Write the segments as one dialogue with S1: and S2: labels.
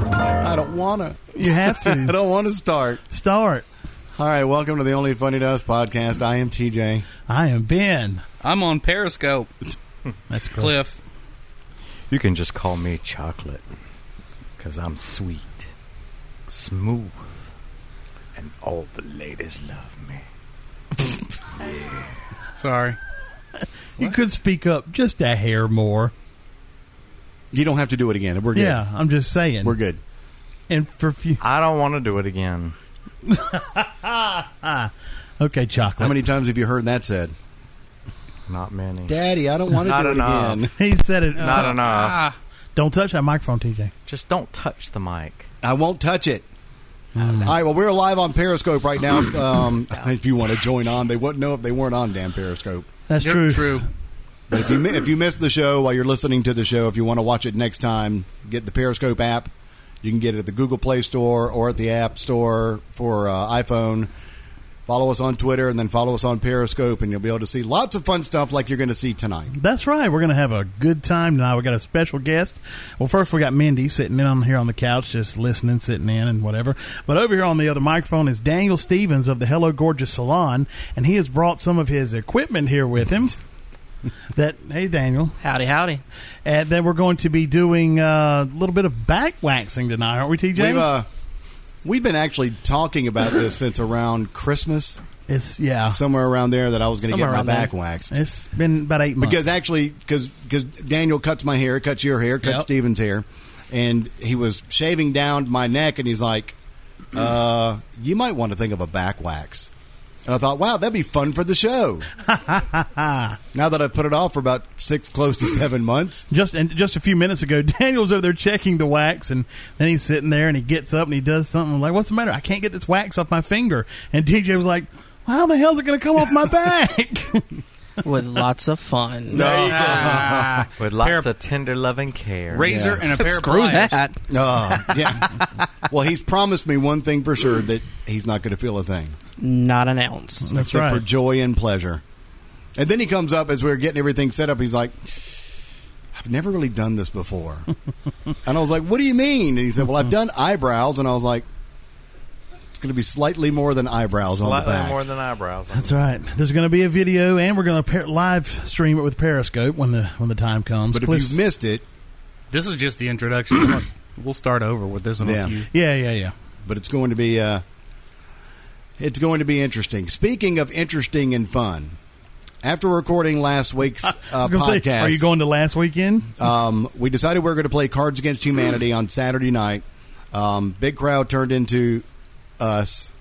S1: I don't want to.
S2: You have
S1: I
S2: to
S1: don't want to start.
S2: start.
S1: All right, welcome to the Only Funny to Us podcast. I am TJ.
S2: I am Ben.
S3: I'm on Periscope,
S2: That's cool.
S3: Cliff.
S4: You can just call me chocolate, because I'm sweet, smooth, and all the ladies love me.
S3: Sorry.
S2: You could speak up just a hair more.
S1: You don't have to do it again. We're good.
S2: Yeah, I'm just saying.
S1: We're good.
S2: and for few.
S4: I don't want to do it again.
S2: Okay, chocolate.
S1: How many times have you heard that said?
S4: Not many.
S1: Daddy, I don't want to
S4: Not
S1: do it
S4: enough.
S1: again.
S2: he said it.
S4: Not enough.
S3: Ah,
S2: Don't touch that microphone, TJ.
S4: Just don't touch the mic.
S1: I won't touch it. All right, well, we're live on Periscope right now. Um, if you want to join on, they wouldn't know if they weren't on damn Periscope.
S2: That's
S3: yep,
S2: true.
S3: True.
S1: But if you mi- if you missed the show while you're listening to the show, if you want to watch it next time, get the Periscope app. You can get it at the Google Play Store or at the App Store for uh, iPhone. Follow us on Twitter and then follow us on Periscope, and you'll be able to see lots of fun stuff like you're going to see tonight.
S2: That's right. We're going to have a good time tonight. We got a special guest. Well, first we got Mindy sitting in on here on the couch, just listening, sitting in, and whatever. But over here on the other microphone is Daniel Stevens of the Hello Gorgeous Salon, and he has brought some of his equipment here with him. that hey, Daniel,
S5: Howdy, howdy.
S2: and then we're going to be doing uh, a little bit of back waxing tonight, aren't we, TJ?
S1: We've, uh, we've been actually talking about this since around Christmas,
S2: it's yeah,
S1: somewhere around there, that I was going to get
S5: Somewhere
S1: my
S5: around there.
S1: back waxed.
S2: it's been about eight months.
S1: Because actually, because Daniel cuts my hair, cuts your hair, cuts
S2: Yep.
S1: Steven's hair, and he was shaving down my neck, and he's like, uh, "You might want to think of a back wax." And I thought, "Wow, that'd be fun for the show." now that I've put it off for about six, close to seven months,
S2: just and just a few minutes ago, Daniel's over there checking the wax, and then he's sitting there and he gets up and he does something I'm like, "What's the matter? I can't get this wax off my finger." And DJ was like, "How the hell's it going to come off my back?"
S5: With lots of fun.
S3: Ah,
S4: With lots
S3: Pair-
S4: of tender loving care.
S3: razor
S1: Yeah.
S3: and a pair
S5: Screw
S3: of pliers.
S5: that.
S2: Oh.
S1: uh, yeah. well, he's promised me one thing for sure that he's not going to feel a thing.
S5: Not an ounce.
S2: That's
S1: except
S2: right.
S1: for joy and pleasure. And then he comes up as we are getting everything set up. He's like, I've never really done this before. and I was like, What do you mean? And he said, Well, I've done eyebrows. And I was like, It's going to be slightly more than eyebrows on the
S4: Slightly
S1: back.
S4: more than eyebrows.
S2: That's right. There's going to be a video, and we're going to par- live stream it with Periscope when the when the time comes.
S1: but if
S2: Cliff-
S1: you've missed it,
S3: This is just the introduction. we'll start over with this one.
S1: Yeah.
S3: With you.
S2: yeah, yeah, yeah.
S1: but it's going to be uh, it's going to be interesting. Speaking of interesting and fun, after recording last week's uh,
S2: I was gonna
S1: podcast,
S2: say, are you going to last weekend?
S1: Um, we decided we were going to play Cards Against Humanity on Saturday night. Um, big crowd turned into us,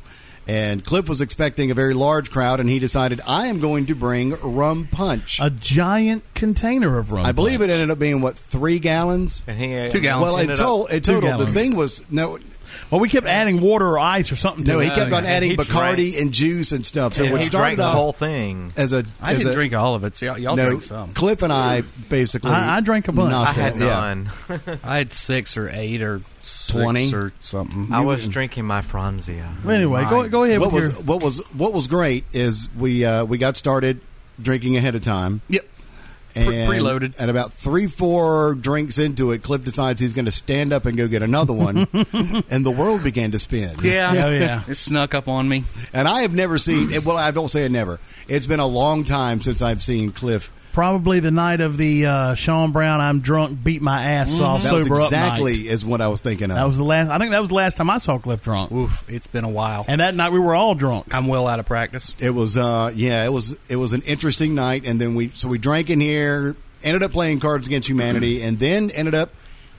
S1: and Cliff was expecting a very large crowd, and he decided I am going to bring rum punch.
S2: A giant container of rum.
S1: I believe it ended up being what three gallons.
S4: And he, uh,
S3: Two gallons.
S1: Well,
S4: ended
S1: in
S4: up-
S1: total, in
S2: two
S1: total, the
S2: gallons.
S1: thing was no,
S2: Well, we kept adding water or ice or something. To
S1: no.
S2: it.
S1: He
S3: Oh,
S1: kept on
S3: yeah.
S1: adding
S4: He
S1: Bacardi
S4: drank-
S1: and juice and stuff. So
S4: Yeah.
S1: when it
S4: he drank
S1: started
S4: the
S1: off
S4: whole thing.
S1: as a,
S3: I
S1: as
S3: didn't
S1: a-
S3: drink all of it. So y'all y'all
S1: No,
S3: drank some.
S1: Cliff and I basically.
S2: I- I drank a bunch.
S1: knocked
S4: I had
S1: it, yeah.
S4: none.
S3: I had six or eight or six
S1: 20?
S3: or something.
S4: I was drinking my Franzia.
S2: Well, anyway, go, go ahead
S1: what
S2: with
S1: was
S2: your.
S1: what was what was great is we uh, we got started drinking ahead of time.
S3: Yep.
S1: And
S3: preloaded.
S1: And about three, four drinks into it, Cliff decides he's going to stand up and go get another one, and the world began to spin.
S3: Oh, Yeah.
S2: Yeah, yeah.
S3: It snuck up on me.
S1: And I have never seen. it- Well, I don't say it never. It's been a long time since I've seen Cliff.
S2: Probably the night of the uh, Sean Brown "I'm drunk, beat my ass off,
S1: That
S2: sober
S1: was
S2: up night."
S1: exactly is what I was thinking of.
S2: That was the last. I think that was the last time I saw Cliff drunk.
S3: Oof. It's been a while.
S2: And that night we were all drunk.
S3: I'm well out of practice.
S1: It was uh yeah, it was it was an interesting night and then we so we drank in here, ended up playing cards against humanity and then ended up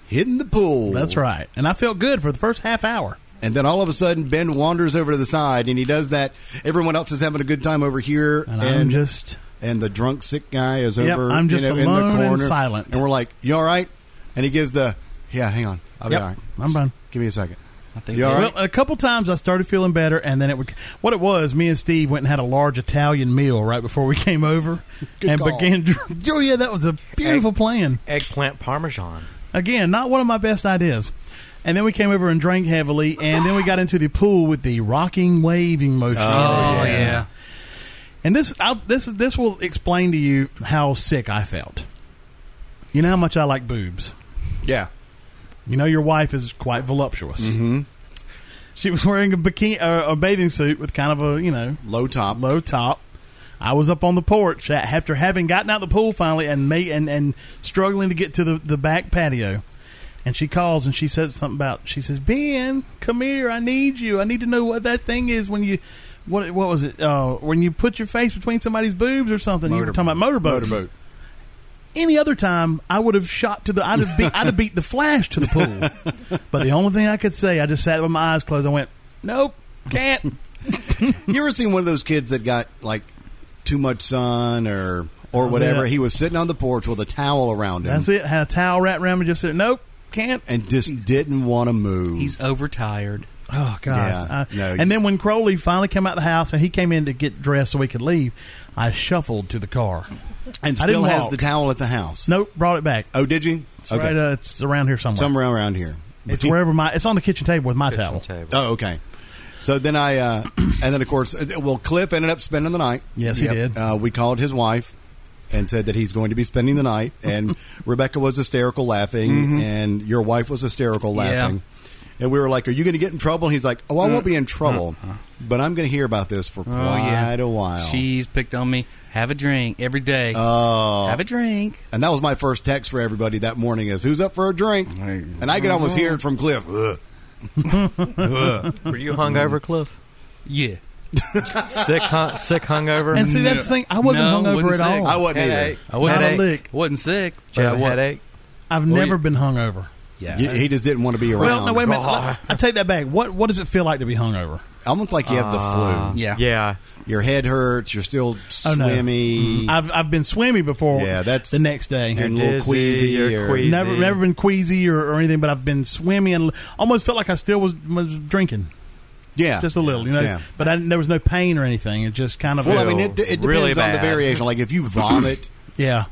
S1: hitting the pool.
S2: That's right. And I felt good for the first half hour.
S1: And then all of a sudden Ben wanders over to the side and he does that everyone else is having a good time over here
S2: And, I'm just
S1: and the drunk sick guy is
S2: Yep,
S1: over
S2: I'm just
S1: you know, in
S2: alone
S1: the
S2: and
S1: corner
S2: silent.
S1: And we're like, "You all right?" And he gives the yeah, hang on. I'll
S2: Yep,
S1: be all right.
S2: I'm fine.
S1: Give me a second.
S3: I think
S1: You all right?
S2: well. A couple times I started feeling better, and then it would. What it was, me and Steve went and had a large Italian meal right before we came over,
S1: Good
S2: and
S1: call.
S2: began. Oh yeah, that was a beautiful plan.
S4: Eggplant Parmesan.
S2: Again, not one of my best ideas. And then we came over and drank heavily, and then we got into the pool with the rocking, waving motion.
S3: Oh, yeah.
S2: And this, I'll, this, this will explain to you how sick I felt. You know how much I like boobs.
S1: Yeah.
S2: You know your wife is quite voluptuous.
S1: hmm
S2: She was wearing a bikini, uh, a bathing suit with kind of a you know
S1: Low top.
S2: low top. I was up on the porch a- after having gotten out the pool finally and ma- and, and struggling to get to the, the back patio. And she calls and she says something about she says, Ben, come here, I need you. I need to know what that thing is when you what what was it? Uh, when you put your face between somebody's boobs or something. you were talking about motorboat.
S1: Motorboat.
S2: Any other time I would have shot to the I'd have beat I'd have beat the flash to the pool. but the only thing I could say, I just sat with my eyes closed, I went, Nope, can't
S1: You ever seen one of those kids that got like too much sun or or
S2: Oh,
S1: whatever?
S2: yeah.
S1: He was sitting on the porch with a towel around him
S2: That's it. Had a towel wrapped around me, just said, Nope, can't
S1: and just didn't want to move.
S3: He's overtired.
S2: Oh God!
S1: Yeah,
S2: Uh,
S1: no, you-
S2: and then when Crowley finally came out the house and he came in to get dressed so we could leave, I shuffled to the car.
S1: and
S2: I didn't
S1: still has
S2: walk.
S1: the towel at the house.
S2: Nope, brought it back.
S1: Oh, did you?
S2: It's right. Uh, it's around here somewhere.
S1: Somewhere around here.
S2: It's wherever my. It's on the kitchen table with my towel.
S4: Table.
S1: Oh, okay. So then I, uh, and then of course, uh, well, Cliff ended up spending the night.
S2: Yes, he Yep. did.
S1: Uh, we called his wife and said that he's going to be spending the night. And Rebecca was hysterical laughing,
S2: Mm-hmm.
S1: and your wife was hysterical
S3: Yeah.
S1: laughing. And we were like, "Are you going to get in trouble?" He's like, "Oh, I won't be in trouble,
S2: Uh-huh.
S1: but I'm going to hear about this for
S3: Oh
S1: quite
S3: yeah,
S1: a while."
S3: She's picked on me. Have a drink every day.
S1: Oh,
S3: Have a drink.
S1: and that was my first text for everybody that morning: "Is who's up for a drink?" And I could almost hear
S2: Uh-huh.
S1: it from Cliff. Ugh. Ugh.
S4: Were you hungover, Cliff?
S3: Yeah.
S4: sick, hun- sick hungover.
S2: And see, that's the thing. I wasn't
S3: No,
S2: hungover at
S3: wouldn't say.
S2: all.
S1: I wasn't either.
S4: Headache.
S3: I wasn't,
S2: Not a lick.
S3: wasn't sick,
S4: Did you
S3: but I
S4: have a
S3: was.
S4: headache?
S2: I've
S3: yeah.
S2: never been hungover.
S3: Yeah.
S1: He- He just didn't want to be around.
S2: Well, no, wait a minute.
S4: God.
S2: I take that back. What What does it feel like to be hungover?
S1: almost like you have the
S4: Uh,
S1: flu.
S3: Yeah.
S4: Yeah.
S1: Your head hurts. You're still
S2: Ah. Oh, no.
S1: swimmy.
S2: I've I've been swimmy before.
S1: Yeah, that's-
S2: the next day.
S1: and a little
S4: dizzy,
S1: queasy.
S4: you're
S1: or-
S4: queasy.
S2: Never, never been queasy or, or anything, but I've been swimmy and almost felt like I still was, was drinking.
S1: Yeah,
S2: just a little, you know.
S1: Yeah.
S2: But I, didn't- there was no pain or anything. It just kind of,
S1: Well, I
S4: feel
S1: mean, it, it depends
S4: really
S1: on the
S4: bad.
S1: variation. Like if you vomit
S2: yeah.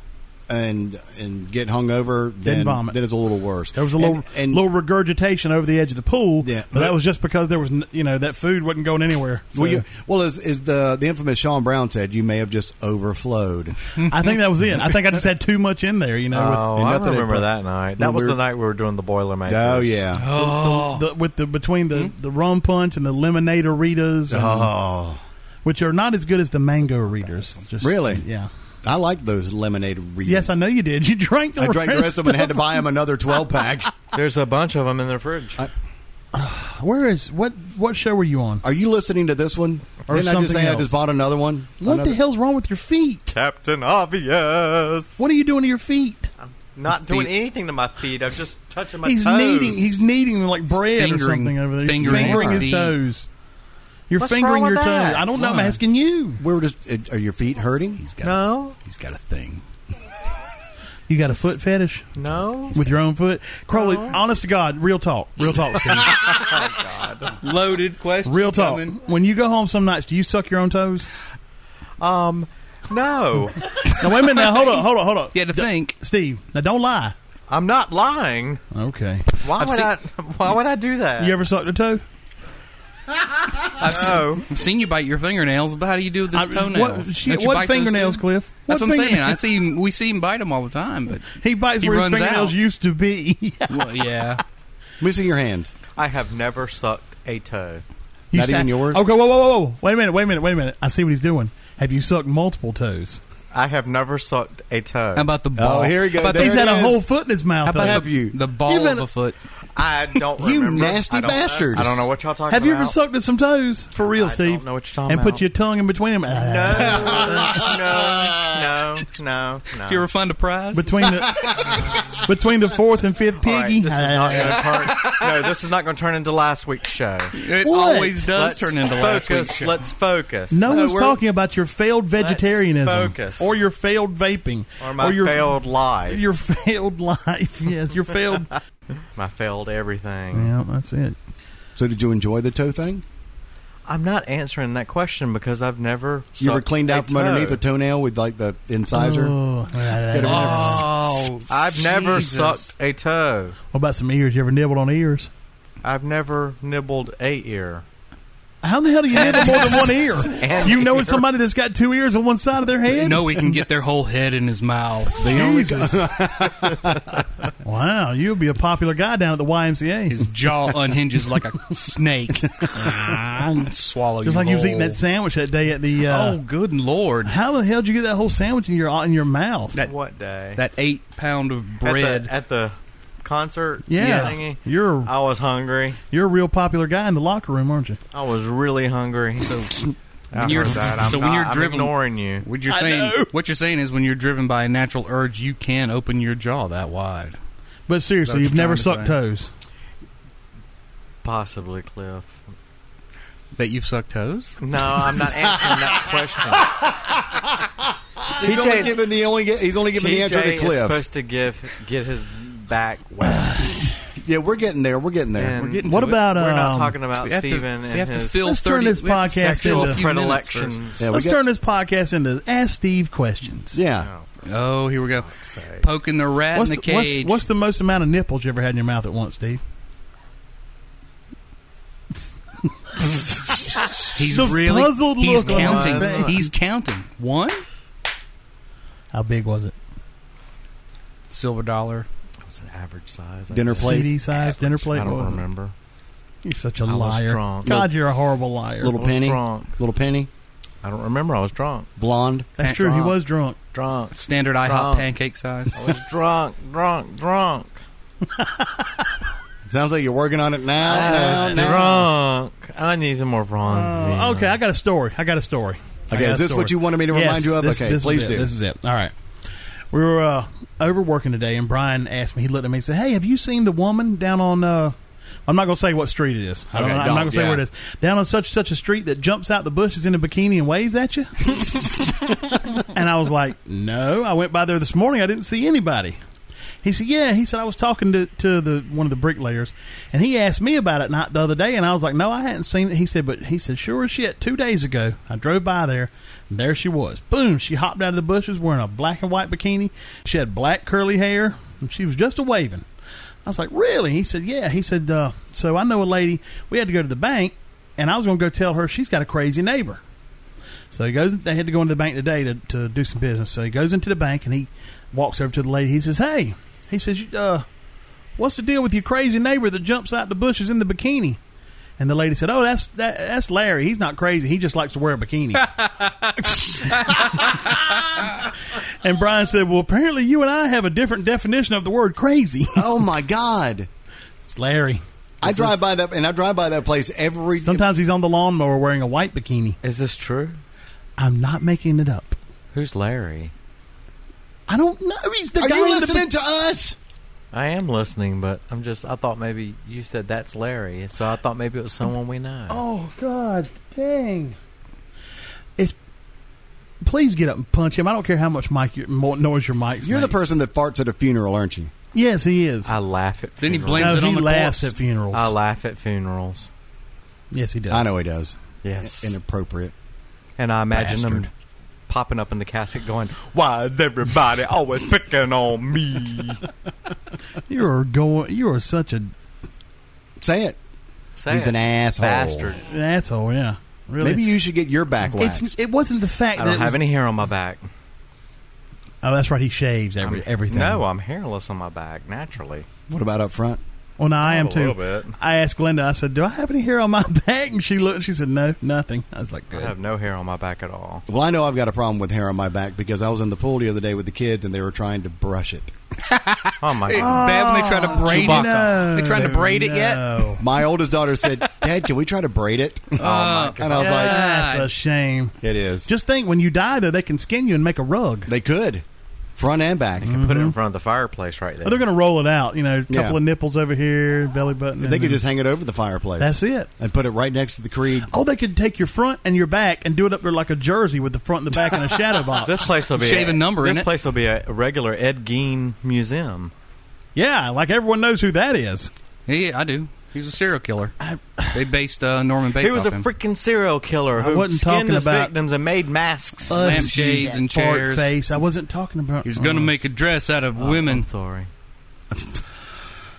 S1: and and get hungover, then
S2: vomit.
S1: then it's a little worse.
S2: There was a little,
S1: and, and
S2: little regurgitation over the edge of the pool.
S1: Yeah.
S2: but that was just because there was, n- you know, that food wasn't going anywhere.
S1: well,
S2: So,
S1: you, well as, as the the infamous Sean Brown said, you may have just overflowed.
S2: I think that was it. I think I just had too much in there, you know,
S4: Oh,
S1: and
S4: I
S1: nothing had
S4: remember
S1: put-
S4: that night. That
S1: when
S4: was
S1: we
S4: the
S1: were-
S4: night we were doing the Boilermakers.
S1: Oh yeah.
S2: with, the, the, with the between the, the rum punch and the lemonade Ritas, and-
S1: Oh,
S2: which are not as good as the mango Ritas. Just,
S1: Really?
S2: Yeah.
S1: I like those lemonade readers.
S2: Yes, I know you did. You drank the
S1: I drank the rest of them and had to buy them another twelve pack.
S4: There's a bunch of them in the fridge.
S2: Where is what? What show were you on?
S1: Are you listening to this one? Didn't I
S2: Or
S1: just
S2: something
S1: say I
S2: else.
S1: just bought another one?
S2: What
S1: Another-
S2: the hell's wrong with your feet?
S4: Captain Obvious.
S2: What are you doing to your feet?
S4: Not
S3: doing
S4: anything to my feet. I'm just touching
S2: he's kneading. He's kneading them like bread or
S3: Fingering-
S2: something over there. He's
S3: fingering
S2: fingering
S3: his
S2: his
S3: feet.
S2: toes. You're
S4: What's
S2: fingering
S4: wrong
S2: your
S4: with that?
S2: toes. I don't know. I'm
S3: Why?
S2: asking you.
S1: We were just. uh, Are your feet hurting?
S4: no,
S1: He's got a thing.
S2: You got a foot fetish
S4: no.
S2: with your own foot, Crowley.
S4: No.
S2: Honest to God, real talk, real talk, Steve.
S3: Loaded question.
S2: real talk.
S3: coming.
S2: When you go home some nights, do you suck your own toes?
S4: Um, no.
S2: Now wait a minute. Now hold on, hold on, hold on.
S3: You had to think.
S2: Steve. Now don't lie.
S4: I'm not lying.
S2: Okay.
S4: Why
S3: I've
S4: would
S3: seen-
S4: I? Why would I do that?
S2: You ever sucked a toe?
S4: no.
S3: I've seen you bite your fingernails, but how do you do with the
S2: I-
S3: toenails?
S2: What, shit,
S3: Don't you
S2: what
S3: bite those
S2: fingernails,
S3: too?
S2: Cliff?
S3: That's what,
S2: what
S3: I'm saying. I
S2: fingernails?
S3: see him, we see him bite them all the time, but
S2: He bites
S3: He
S2: where his
S3: runs
S2: fingernails
S3: out.
S2: used to be.
S3: well, yeah,
S1: Missing your hands.
S4: I have never sucked a toe.
S2: You
S1: Not
S2: sa-
S1: even yours?
S2: Okay, whoa, whoa, whoa, whoa. Wait a minute, wait a minute, wait a minute. I see what he's doing. Have you sucked multiple toes?
S4: I have never sucked a toe.
S3: how about the ball?
S1: here we go.
S3: How about
S1: There
S2: he's
S1: it
S2: had a
S1: is.
S2: whole foot in his mouth.
S3: How about
S2: though.
S1: have
S3: the,
S1: you?
S3: the ball
S2: You've been-
S3: of a foot?
S4: I don't
S1: You
S4: remember.
S1: nasty
S4: I don't know.
S1: bastards.
S4: I don't know what y'all talking
S2: Have
S4: about.
S2: you ever sucked at some toes? For real,
S4: I
S2: Steve.
S4: don't know what you're talking
S2: and
S4: about.
S2: put your tongue in between them.
S4: No,
S2: Ah.
S4: no, no, no.
S3: If you ever find a prize,
S2: Between the between the fourth and fifth
S4: All right,
S2: piggy.
S4: this is not going to turn. No, this is not going to turn into last week's show.
S3: it
S2: What?
S3: always does
S4: Let's
S3: turn into
S4: focus.
S3: last week's show.
S4: Let's focus.
S2: no
S1: No,
S2: one's
S1: we're-
S2: talking about your failed vegetarianism
S4: focus.
S2: or your failed vaping
S4: or my
S2: your
S4: failed life.
S2: your failed life. Yes, your failed.
S4: my failed everything.
S2: yeah, that's it.
S1: So did you enjoy the toe thing?
S4: I'm not answering that question because I've never.
S1: You ever
S4: sucked
S1: cleaned
S4: a
S1: out from
S4: toe.
S1: underneath a toenail with like the incisor?
S2: Oh.
S1: Get over there.
S3: Oh,
S4: I've never
S3: Jesus.
S4: sucked a toe.
S2: What about some ears? You ever nibbled on ears?
S4: I've never nibbled a ear.
S2: How the hell do you hear with more than one ear?
S4: And
S2: You know it's somebody that's got two ears on one side of their head?
S3: No, we can get their whole head in his mouth.
S2: Jesus. wow, you'll be a popular guy down at the YMCA.
S3: His jaw unhinges like a snake. and swallow
S2: Just
S3: you
S2: like you was
S3: whole.
S2: eating that sandwich that day at the. Uh,
S3: Oh, good lord!
S2: How the hell did you get that whole sandwich in your in your mouth?
S3: That-
S4: what day?
S3: That eight pound of
S4: At the-
S3: bread.
S4: at the, concert.
S2: yeah,
S4: thingy,
S2: you're
S4: I was hungry.
S2: you're a real popular guy in the locker room, aren't you?
S4: I was really hungry. So
S3: when you're-
S4: I'm
S3: so when
S4: not-
S3: you're
S4: I'm
S3: dribbling-
S4: ignoring you.
S3: what you're
S2: I
S3: saying?
S2: know.
S3: What you're saying is when you're driven by a natural urge, you can open your jaw that wide.
S2: But seriously,
S3: That's
S2: you've
S3: what I'm
S2: never sucked
S3: trying to
S2: toes.
S4: Possibly, Cliff.
S3: That you've sucked toes.
S4: No, I'm not answering that question.
S1: He's
S4: TJ
S1: only
S4: 's-
S1: given the only. He's only given the answer
S4: TJ
S1: to
S4: is
S1: Cliff.
S4: supposed to give get his back wet.
S1: Yeah, we're getting there. We're getting there.
S4: And
S3: getting
S2: What
S3: to it.
S2: about
S4: We're not
S2: um,
S4: talking about
S3: We have to-
S4: Steven
S3: we have
S4: and
S3: to
S4: his
S3: fill
S2: Let's turn
S3: 30
S2: this
S3: we have to
S2: podcast
S3: sexual
S2: into-
S3: few minutes first.
S4: predilections.
S1: Yeah, we
S2: Let's
S1: got-
S2: turn this podcast into Ask Steve questions.
S1: Yeah,
S4: Oh, for
S3: Oh, here we go.
S4: fuck's sake.
S3: Poking the rat
S2: What's
S3: in
S2: the,
S3: the
S2: what's-
S3: cage.
S2: What's, the most amount of nipples you ever had in your mouth at once, Steve?
S3: he's
S2: the
S3: really
S2: puzzled
S3: he's
S2: look on his
S3: counting.
S4: face.
S3: He's counting. One
S2: How big was it?
S3: silver dollar.
S4: It was an average size. I
S1: Dinner
S4: guess.
S1: plate.
S2: CD size dinner plate.
S4: I
S2: What
S4: don't
S2: was it?
S4: remember.
S2: You're such a
S4: I was
S2: liar.
S4: drunk.
S2: God, you're a horrible liar.
S1: Little-
S4: I was
S1: penny.
S4: drunk.
S1: little penny,
S4: I don't remember. I was drunk.
S1: blonde.
S2: That's true. He
S4: drunk.
S2: was drunk.
S4: Drunk.
S3: Standard IHOP
S4: Drunk.
S3: pancake size.
S4: I was drunk. Drunk. Drunk.
S1: Sounds like you're working on it
S2: Ah,
S1: now. now, now.
S4: drunk. I need some more
S2: Um, Oh,
S4: ron.
S2: okay, I got a story. I got a story. I
S1: Okay,
S2: got
S1: is
S2: a
S1: this
S2: story.
S1: what you wanted me to
S2: Yes,
S1: remind you of?
S2: this-
S1: okay,
S2: this was
S1: please
S2: it.
S1: do.
S2: This is it. All right. We were uh, overworking today, and Brian asked me. He looked at me and said, "Hey, have you seen the woman down on?" Uh, I'm not going to say what street it is. I don't,
S1: Okay,
S2: I'm not
S1: don't,
S2: going to say
S1: yeah.
S2: where it is. Down on such such a street that jumps out the bushes in a bikini and waves at you. and I was like, "No." I went by there this morning. I didn't see anybody. He said, "Yeah." He said, "I was talking to, to the one of the bricklayers, and he asked me about it not the other day, and I was like, no, I hadn't seen it." He said, "But he said, sure as shit, two days ago, I drove by there, and there she was. Boom! She hopped out of the bushes wearing a black and white bikini. She had black curly hair, and she was just a waving." I was like, really? He said, yeah. He said, uh, so I know a lady. We had to go to the bank, and I was going to go tell her she's got a crazy neighbor. So he goes. They had to go into the bank today to, to do some business. So he goes into the bank and he walks over to the lady. He says, "Hey," he says, "you- uh, "What's the deal with your crazy neighbor that jumps out the bushes in the bikini?" And the lady said, "Oh, that's that, that's Larry. He's not crazy. He just likes to wear a bikini." and Brian said, "Well, apparently you and I have a different definition of the word crazy."
S1: Oh my God!
S2: It's Larry.
S1: I drive by that, and I drive by that place every.
S2: Sometimes he's on the lawnmower wearing a white bikini.
S4: Is this true?
S2: I'm not making it up.
S4: Who's Larry?
S2: I don't know. He's the
S1: Are
S2: guy
S1: you
S2: in the
S1: listening to us?
S4: I am listening, but I'm just. I thought maybe you said that's Larry, so I thought maybe it was someone we know.
S2: Oh God, dang! It's please get up and punch him. I don't care how much mic your, mo- noise your mics.
S1: You're the
S2: make.
S1: person that farts at a funeral, aren't you?
S2: Yes, he is.
S4: I laugh at.
S3: Then he
S4: funerals.
S3: blames
S2: No,
S3: it on
S2: he
S3: the
S2: laughs
S3: corpse.
S2: at funerals.
S4: I laugh at funerals.
S2: yes, he does.
S1: I know he does.
S4: Yes, and,
S1: Inappropriate.
S4: I imagine them
S2: Bastard.
S4: popping up in the casket, going, "Why is everybody always picking on me?"
S2: You are going. You are such a
S1: Say it.
S4: Say
S1: He's
S4: it.
S1: an asshole.
S4: bastard.
S2: asshole. Yeah, really.
S1: Maybe you should get your back waxed.
S2: it's, it wasn't the fact that.
S4: I don't
S2: it
S4: have
S2: was-
S4: any hair on my back.
S2: oh, that's right. He shaves every,
S4: I'm-
S2: everything.
S4: No, I'm hairless on my back naturally.
S1: what about up front?
S2: well, no, I am
S4: a
S2: too.
S4: little bit.
S2: I asked Glenda. I said, "Do I have any hair on my back?" And she looked. She said, "No, nothing." I was like,
S4: I
S2: "Good."
S4: have no hair on my back at all.
S1: Well, I know I've got a problem with hair on my back because I was in the pool the other day with the kids and they were trying to brush it.
S4: Oh my
S3: It's
S1: uh,
S4: god!
S3: bad when they try to braid it.
S2: No,
S3: they trying to braid it yet?
S2: no.
S1: My oldest daughter said, "Dad, can we try to braid it?" Oh my god! And I was
S2: That's a
S3: God.
S2: shame.
S1: like, "It is.
S2: Just think, when you die, though, they can skin you and make a rug.
S1: they could, front and back.
S4: You can put it in front of the fireplace right there.
S2: Or Mm-hmm. they're going to roll it out. You know, a couple
S1: Yeah.
S2: of nipples over here, belly button.
S1: They
S2: and
S1: could
S2: then-
S1: just hang it over the fireplace.
S2: That's it.
S1: and put it right next to the creed.
S2: Oh, they could take your front and your back and do it up there like a jersey with the front and the back and a shadow box.
S4: This place will be
S3: Shave a number
S4: This
S3: in it.
S4: place will be a regular Ed Gein museum.
S2: yeah, like everyone knows who that is.
S3: Yeah, I do. He's a serial killer. they based uh, Norman Bates
S4: He was a
S3: off him.
S4: freaking serial killer
S2: I
S4: who
S2: wasn't
S4: skinned
S2: talking
S4: his
S2: about-
S4: victims and made masks.
S3: Uh, Lampshades and
S2: Fart
S3: chairs.
S2: face. I wasn't talking about.
S3: He's going to
S2: Oh.
S3: make a dress out of
S4: Oh, I'm
S3: women.
S4: sorry.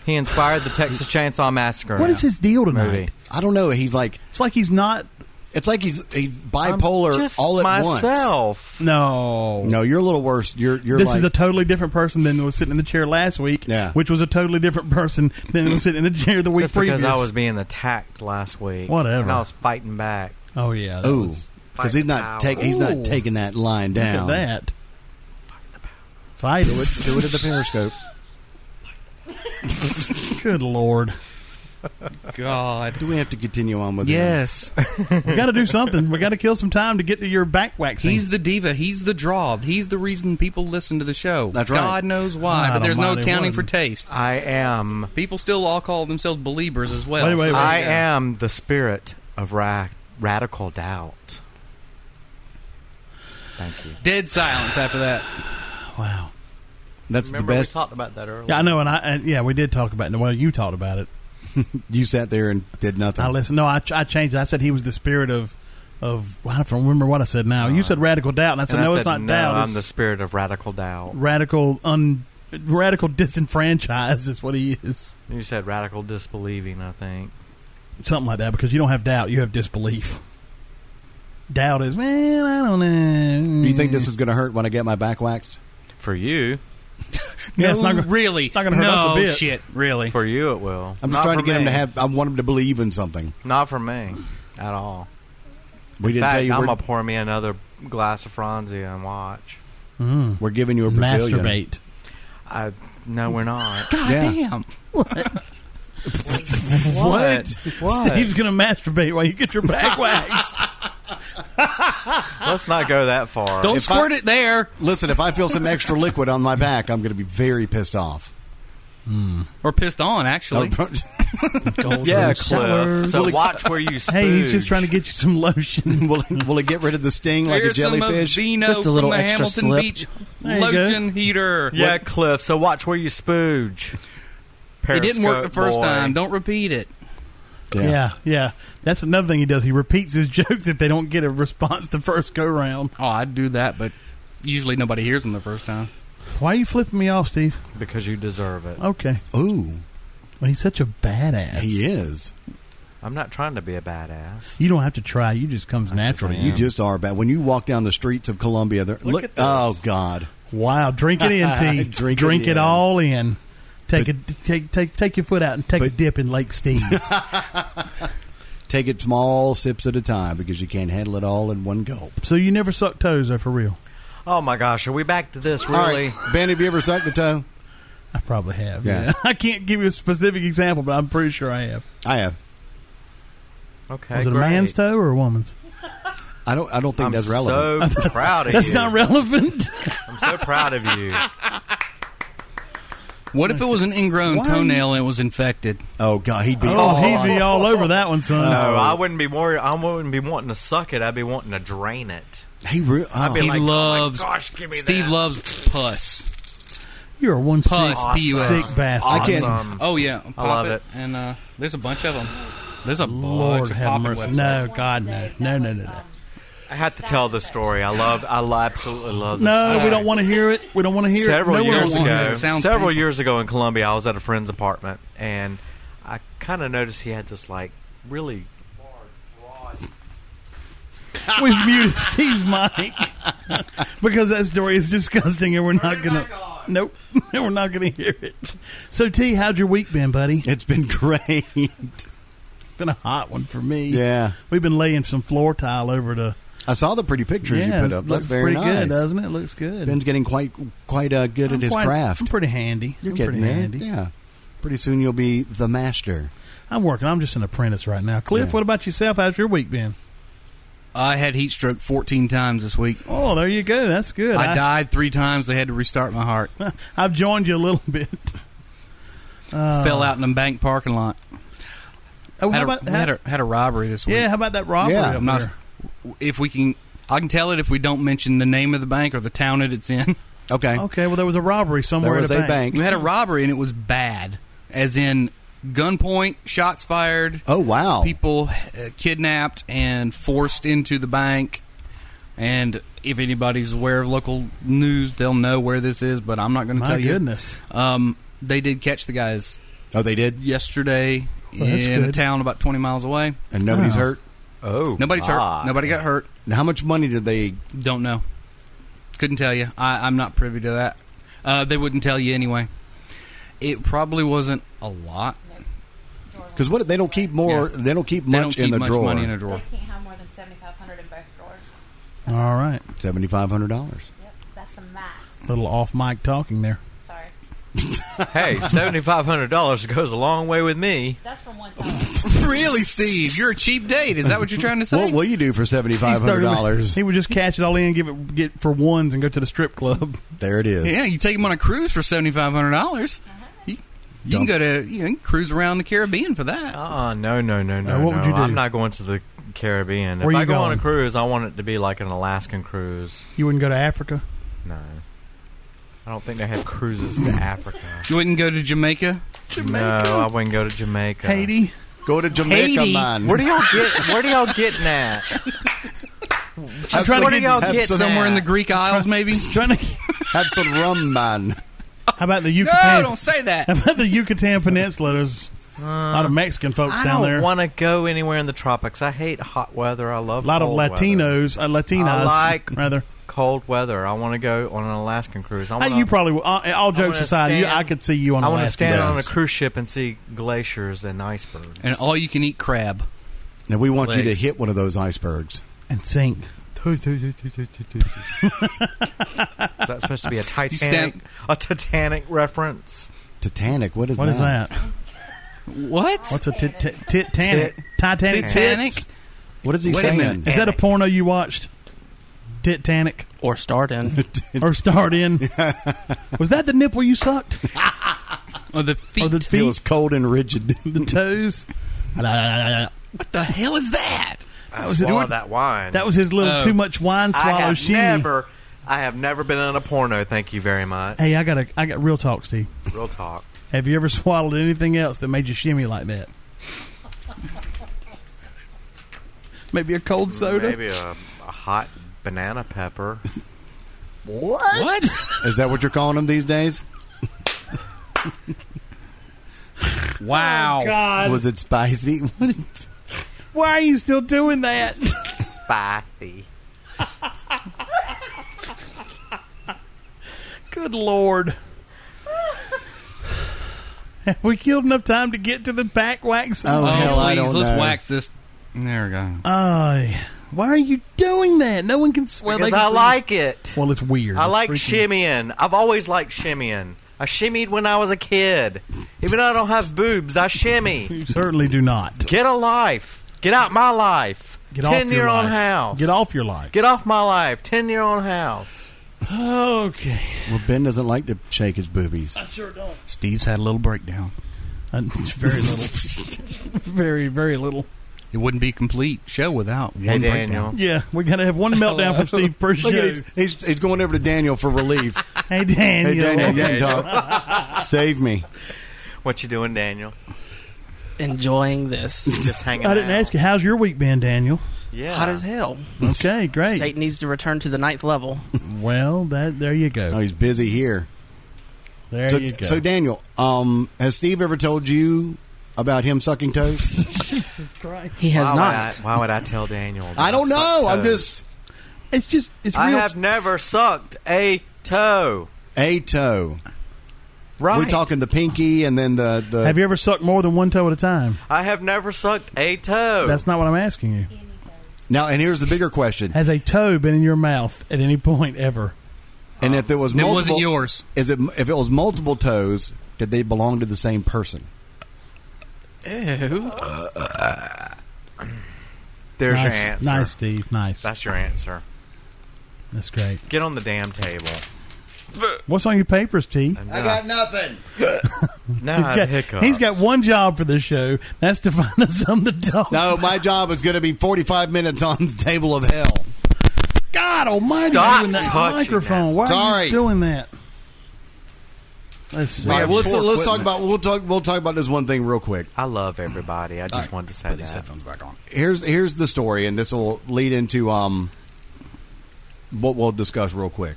S4: he inspired the Texas Chainsaw Massacre.
S2: What is his deal tonight?
S4: movie?
S1: I don't know. He's like,
S2: It's like he's not
S1: It's like he's he's bipolar
S4: Just
S1: all at once.
S4: myself.
S2: No.
S1: No, you're a little worse. You're you're
S2: This
S1: like
S2: is a totally different person than was sitting in the chair last week,
S1: Yeah.
S2: which was a totally different person than was sitting in the chair the week
S4: Just
S2: previous.
S4: because I was being attacked last week.
S2: Whatever.
S4: And I was fighting back.
S2: oh yeah, that
S1: ooh
S2: was-
S1: because he's not
S4: Fight
S1: taking he's
S2: Ooh.
S1: not taking that line
S2: look at
S1: down.
S2: that. Fight
S1: Do it do it at the Periscope.
S2: it. Good lord,
S3: God.
S1: Do we have to continue on with him?
S3: Yes.
S2: we got to do something. We got to kill some time to get to your back waxing.
S3: He's the diva. He's the draw. He's the reason people listen to the show.
S1: That's right.
S3: God knows why,
S2: God
S3: but there's no
S2: almighty,
S3: accounting for
S2: what-
S3: taste.
S4: I am.
S3: People still all call themselves believers as well.
S2: Wait, wait,
S3: so
S2: wait.
S4: I
S3: yeah.
S4: am the spirit of ra- radical doubt. Thank you.
S3: Dead silence after that.
S2: wow.
S1: That's
S4: Remember
S1: the
S4: we
S1: best.
S4: talked about that earlier.
S2: Yeah, I know, and I and yeah, we did talk about it. Well, you talked about it.
S1: You sat there and did nothing.
S2: I listened. No, I, ch- I changed. it. I said he was the spirit of of. I don't remember what I said now. You said radical doubt, and I said
S4: Uh, And I
S2: no,
S4: said,
S2: it's not
S4: no,
S2: doubt.
S4: I'm
S2: it's
S4: the spirit of radical doubt.
S2: radical un radical disenfranchised is what he is.
S4: You said radical disbelieving, I think.
S2: Something like that because you don't have doubt, you have disbelief. Doubt is well, I don't know.
S1: Do you think this is going to hurt when I get my back waxed?
S4: For you,
S2: Yeah,
S3: no,
S2: it's not gonna-
S3: really.
S2: not gonna hurt
S3: no,
S2: us a bit.
S3: shit, really.
S4: for you it will.
S1: I'm just
S4: Not
S1: trying
S4: for
S1: to get him
S4: me.
S1: to have. I want him to believe in something.
S4: Not for me at all.
S1: We
S4: In
S1: didn't tell
S4: fact,
S1: you
S4: I'm
S1: we're,
S4: gonna pour me another glass of Franzia and watch.
S2: Mm.
S1: we're giving you a Brazilian.
S2: masturbate?
S4: I no, we're not.
S3: God
S1: Yeah.
S3: damn.
S4: what? What?
S2: Steve's gonna masturbate while you get your back waxed.
S4: Let's not go that far.
S3: Don't
S1: If
S3: squirt
S1: I-
S3: it there.
S1: Listen, if I feel some extra liquid on my back, I'm going to be very pissed off.
S3: Or pissed on, actually.
S4: yeah, Cliff.
S5: showers.
S4: So watch where you.
S2: hey, he's just
S4: spooge.
S2: trying to get you some lotion.
S1: will, it, will it get rid of the sting like
S3: Here's
S1: a
S3: some of
S1: jellyfish?
S3: Vino
S5: Just a little
S3: from the
S5: extra
S3: Hamilton
S5: slip.
S3: Beach
S2: There you go.
S3: lotion heater.
S4: Yeah, Cliff. So watch where you spooge.
S3: It didn't work the
S4: Periscope
S3: first
S4: boy.
S3: time. Don't repeat it.
S2: Yeah. yeah, That's another thing he does. He repeats his jokes if they don't get a response the first go round.
S3: Oh, I'd do that, but usually nobody hears them the first time.
S2: Why are you flipping me off, Steve?
S4: because you deserve it.
S3: Oh.
S2: Okay.
S1: Ooh,
S2: Well, he's such a badass.
S1: he is.
S4: I'm not trying to be a badass.
S2: You don't have to try. You just comes natural to
S4: Yeah.
S2: you.
S1: You just are bad. When you walk down the streets of Columbia, there, look.
S4: at this.
S1: Oh God,
S2: Wow, drink it in, T.
S1: Drink
S2: drink
S1: it
S2: it,
S1: in.
S2: all in. Take a take take take your foot out and take a
S1: But-
S2: dip in Lake Steve.
S1: take it small sips at a time because you can't handle it all in one gulp.
S2: so you never suck toes, though, for real.
S4: Oh my gosh, are we back to this? Really?
S1: All right, Ben, have you ever sucked a toe?
S2: I probably have.
S1: Yeah.
S2: Yeah. I can't give you a specific example, but I'm pretty sure I have.
S1: I have.
S4: Okay.
S2: Was it
S4: great.
S2: a man's toe or a woman's?
S1: I don't. I don't think
S4: I'm
S1: that's relevant.
S4: so proud of
S2: That's
S4: you.
S2: not relevant.
S4: I'm so proud of you.
S3: What if it was an ingrown
S2: Why?
S3: toenail and it was infected?
S1: Oh God, he'd be.
S2: oh, he'd be all over that one, son.
S4: No, Oh, I wouldn't be more. I wouldn't be wanting to suck it. I'd be wanting to drain it.
S1: He re- oh.
S4: be
S3: He
S4: like, oh my
S3: loves.
S4: gosh, give me
S3: Steve
S4: that.
S3: loves puss.
S2: You're a one sick,
S3: Puss, P-U-S.
S2: sick bastard.
S1: I can't-
S4: Awesome.
S3: Oh yeah,
S4: Um, I love it.
S3: And uh, there's a bunch of them. There's a
S2: Lord
S3: bunch of
S2: have
S3: popping
S2: mercy.
S3: websites.
S2: No, God, no, no, no, no, no.
S4: I had to tell the story. I love. I lo- absolutely love. This
S2: No,
S4: story.
S2: we don't want to hear it. We don't want to hear
S4: several
S2: it. No, we
S4: years
S2: don't want
S4: ago.
S3: It sounds
S4: Several
S3: painful.
S4: years ago in Columbia, I was at a friend's apartment, and I kind of noticed he had this like really.
S2: it. We've muted Steve's mic because that story is disgusting, and we're not gonna. Nope, we're not gonna hear it. So, T, how'd your week been, buddy?
S1: It's been great.
S2: It's been a hot one for me.
S1: yeah,
S2: we've been laying some floor tile over to.
S1: I saw the pretty pictures
S2: yeah,
S1: you put
S2: it
S1: up. That's
S2: looks
S1: very
S2: pretty
S1: nice.
S2: good, doesn't it? Looks good.
S1: Ben's getting quite quite uh, good
S2: I'm
S1: at his
S2: quite-
S1: craft.
S2: I'm pretty handy.
S1: You're
S2: I'm
S1: getting
S2: pretty
S1: there.
S2: handy.
S1: Yeah. Pretty soon you'll be the master.
S2: I'm working. I'm just an apprentice right now. Cliff,
S1: Yeah.
S2: what about yourself? How's your week been?
S3: I had heat stroke 14 times this week.
S2: Oh, there you go. That's good.
S3: I died three times. They had to restart my heart.
S2: I've joined you a little bit. Uh,
S3: Fell out in the bank parking lot.
S2: Oh,
S3: had,
S2: how
S3: a,
S2: about
S3: had,
S2: how-
S3: a, had a robbery this week.
S2: Yeah, how about that robbery?
S1: Yeah,
S2: up
S3: I'm not-
S2: there?
S3: If we can, I can tell it if we don't mention the name of the bank or the town that it's in.
S1: Okay.
S2: Okay, well, there was a robbery somewhere
S1: there was
S2: at
S1: a
S2: a,
S1: bank.
S3: We had a robbery and it was bad, as in gunpoint, shots fired,
S1: Oh wow.
S3: people uh, kidnapped and forced into the bank. And if anybody's aware of local news, they'll know where this is. But I'm not going to
S2: My
S3: tell
S2: goodness.
S3: you. Um, they did catch the guys
S1: oh, they did,
S3: yesterday
S2: Well, that's
S3: in a
S2: good.
S3: town about 20 miles away.
S1: and nobody's
S2: Wow.
S1: hurt.
S4: Oh,
S3: Nobody's
S4: my.
S1: Ah,
S3: hurt. Nobody got hurt.
S1: Now, how much money did they?
S3: Don't know. Couldn't tell you. I, I'm not privy to that. Uh, they wouldn't tell you anyway. It probably wasn't a lot.
S1: Because what they don't keep more.
S3: Yeah.
S1: They don't keep
S3: They
S1: much
S3: don't keep
S1: in the
S3: much
S1: drawer.
S3: money in a
S6: They
S3: drawer.
S6: can't have more than 7,500 in both drawers.
S2: All right.
S1: Seventy five hundred dollars.
S6: Yep, that's the max.
S2: Little off mic talking there.
S6: Sorry.
S4: Hey, seventy five hundred dollars goes a long way with me.
S6: That's from one time.
S3: really, Steve? You're a cheap date. Is that what you're trying to say?
S1: What will you do for seventy five hundred dollars?
S2: He would just cash it all in, and give it get for ones, and go to the strip club.
S1: There it is.
S3: yeah, you take them on a cruise for seventy five hundred dollars. You, you
S1: Dump.
S3: can go to you can cruise around the Caribbean for that.
S4: Uh, uh no, no, no, no.
S2: Uh, what would
S4: no.
S2: you do?
S4: I'm not going to the Caribbean.
S2: Where
S4: if
S2: you
S4: I go on
S2: going?
S4: a cruise, I want it to be like an Alaskan cruise.
S2: You wouldn't go to Africa.
S4: No, I don't think they have cruises to Africa.
S3: You wouldn't go to Jamaica.
S4: No, I wouldn't go to Jamaica.
S2: Haiti.
S1: Go to Jamaica,
S3: Haiti?
S1: man.
S4: Where do y'all get? Where do y'all getting at?
S1: Have
S4: trying to
S1: some-
S4: get- y'all
S1: have
S4: get
S1: some-
S4: some-
S3: Somewhere in
S4: Nah.
S3: the Greek Isles, maybe.
S2: Trying to-
S1: Have some rum, man.
S2: How about the
S3: No,
S2: Yucatan?
S3: don't say that.
S2: how about the Yucatan Peninsula? There's a lot of Mexican folks
S4: I
S2: down
S4: don't
S2: there.
S4: want to go anywhere in the tropics. I hate hot weather. I
S2: a
S4: love
S2: lot of
S4: cold weather.
S2: Latinos, uh, Latinas,
S4: I like-
S2: rather.
S4: Cold weather. I want to go on an Alaskan cruise. I
S2: Hey,
S4: want
S2: you probably. will. All, all jokes
S4: wanna
S2: aside, you,
S4: stand-
S2: I could see you on.
S4: I want to
S2: Alaska.
S4: stand on a
S1: Yes.
S4: cruise ship and see glaciers and icebergs.
S3: And all you can eat crab.
S1: Now we want you to
S4: Legs.
S1: hit one of those icebergs.
S2: and sink.
S4: Is that supposed to be a Titanic?
S3: stand-
S4: a Titanic reference?
S1: Titanic. What is
S2: What
S1: that?
S2: is that?
S3: What?
S2: What's a tit- tit- Titanic? Titanic.
S3: Titanic?
S2: tits?
S1: What is he
S3: Wait a
S1: saying?
S3: minute.
S2: Is that a porno you watched? Titanic
S5: or start in.
S2: or starred in? Was that the nipple you sucked?
S3: Or Oh, the feet?
S2: Or the
S1: It
S2: feet?
S1: was cold and rigid.
S2: The toes? that
S3: what the hell is that?
S4: I
S2: was-
S4: swallow
S2: dude,
S4: that wine.
S2: was his little
S3: Oh.
S2: too much wine
S4: I
S2: swallow
S4: have
S2: shimmy.
S4: never. I have never been in a porno. Thank you very much.
S2: Hey, I got a, I got real talk, Steve.
S4: Real talk.
S2: Have you ever swallowed anything else that made you shimmy like that? Maybe a cold soda.
S4: Maybe a, a hot banana pepper.
S3: What?
S1: is that what you're calling them these days?
S3: wow.
S1: Was it spicy?
S2: Why are you still doing that?
S4: Spicy.
S2: Good lord. Have we killed enough time to get to the back wax?
S1: Oh,
S3: Oh,
S1: hell,
S3: please,
S1: I don't
S3: let's
S1: know.
S3: wax this. There we go.
S2: Ay. why are you doing that? No one can. Well, they
S4: Because
S2: can
S4: I
S2: see-
S4: like it.
S2: Well, it's weird.
S4: I like
S2: Freaking-
S4: shimmying. I've always liked shimmying. I shimmied when I was a kid. Even though I don't have boobs, I shimmy.
S2: You certainly do not.
S4: Get a life. Get out my life.
S2: Get off
S4: Ten
S2: your
S4: year
S2: life.
S4: on house.
S2: Get off your life.
S4: Get off my life. Ten year on house.
S2: Okay.
S1: Well, Ben doesn't like to shake his boobies.
S3: Steve's had a little breakdown.
S2: Uh, It's very little. very, very little.
S3: It wouldn't be a complete show without one
S4: Hey,
S3: breakdown.
S4: Daniel.
S2: Yeah, we gotta have one meltdown from Steve per
S1: Look at
S2: show.
S1: he's, he's, he's going over to Daniel for relief.
S2: Hey Daniel.
S1: hey, Daniel,
S4: Hey,
S1: you can talk. save me.
S4: What you doing, Daniel?
S5: Enjoying this.
S4: Just hanging out.
S2: I didn't ask you how's your week been, Daniel.
S4: Yeah.
S5: Hot as hell.
S2: Okay, great.
S5: Satan needs to return to the ninth level.
S2: Well, that there you
S1: Oh,
S2: go.
S1: he's busy here.
S2: There
S1: so,
S2: you go.
S1: so, Daniel, um, has Steve ever told you about him sucking toes?
S5: He has
S4: why
S5: not.
S4: Would I, why would I tell Daniel? Uh, that
S1: I don't
S4: suck
S1: know. I'm
S4: toes?
S1: just
S2: it's just it's
S4: I
S2: real.
S4: have never sucked a toe.
S1: a toe.
S4: Right.
S1: We're talking the pinky and then the the.
S2: have you ever sucked more than one toe at a time?
S4: I have never sucked a toe.
S2: That's not what I'm asking you.
S6: Any toes.
S1: now, and here's the bigger question.
S2: Has a toe been in your mouth at any point ever?
S1: And if there was
S3: It
S1: multiple,
S3: wasn't yours.
S1: Is it if it was multiple toes? Did they belong to the same person?
S5: Ew.
S4: There's
S2: nice,
S4: your answer.
S2: nice, Steve. Nice.
S4: That's your answer.
S2: That's great.
S4: Get on the damn table.
S2: What's on your papers, T?
S4: I got
S1: nothing.
S4: now I
S2: got,
S4: have hiccups.
S2: he's got one job for this show. That's to find us something to talk.
S1: No, my job is going to be 45 minutes on the table of hell.
S2: God Almighty!
S4: Stop
S2: doing that
S4: touching
S2: microphone.
S4: that.
S2: Why are
S1: Sorry.
S2: you doing that? Let's see.
S1: All right, well, let's,
S4: Poor
S1: let's talk
S4: equipment.
S1: about we'll talk we'll talk about this one thing real quick.
S4: I love everybody. I just wanted to say
S3: Put these
S4: that.
S3: headphones back on.
S1: Here's here's the story, and this will lead into um what we'll discuss real quick.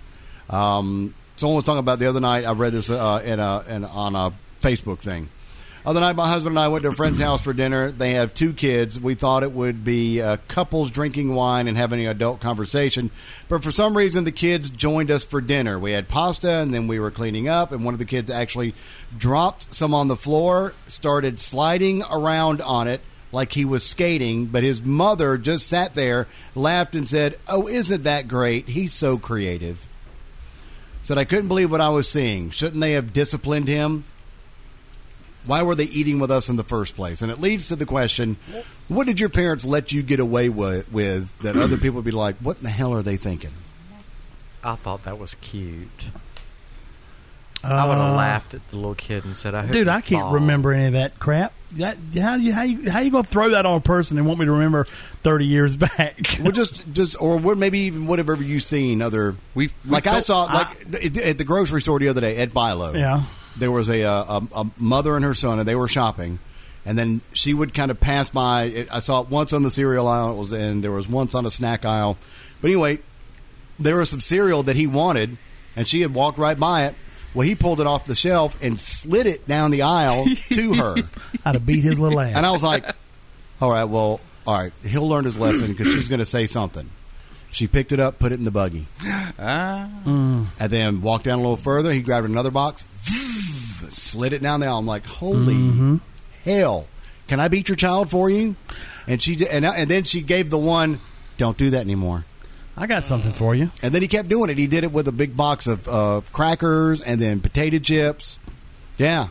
S1: Um, someone was talking about the other night. I read this uh, in a in, on a Facebook thing. Other night, my husband and I went to a friend's house for dinner. They have two kids. We thought it would be uh, couples drinking wine and having an adult conversation, but for some reason, the kids joined us for dinner. We had pasta, and then we were cleaning up, and one of the kids actually dropped some on the floor, started sliding around on it like he was skating, but his mother just sat there, laughed, and said, "Oh, isn't that great? He's so creative." Said I couldn't believe what I was seeing. Shouldn't they have disciplined him? Why were they eating with us in the first place? And it leads to the question: What did your parents let you get away wi- with that other people would be like, "What in the hell are they thinking?"
S4: I thought that was cute. I would have
S2: Uh,
S4: laughed at the little kid and said, "I hope
S2: Dude,
S4: you
S2: I can't
S4: fall."
S2: remember any of that crap. That, how you how you how you gonna throw that on a person and want me to remember thirty years back?
S1: Well, just just or what, maybe even whatever you seen other
S3: We've- we
S1: like I
S3: told-
S1: saw like th- at the grocery store the other day at Bilo.
S2: Yeah.
S1: there was a, uh, a a mother and her son, and they were shopping. And then she would kind of pass by. It- I saw it once on the cereal aisle. It was, and there was once on a snack aisle. But anyway, there was some cereal that he wanted, and she had walked right by it. Well, he pulled it off the shelf and slid it down the aisle to her.
S2: I'd have beat his little ass.
S1: And I was like, all right, well, all right, he'll learn his lesson because she's going to say something. She picked it up, put it in the buggy, and then walked down a little further. He grabbed another box, slid it down there. I'm like, holy hell, can I beat your child for you? And she did, and, I- and then she gave the one, don't do that anymore.
S2: I got something for you.
S1: And then he kept doing it. He did it with a big box of uh, crackers and then potato chips. Yeah,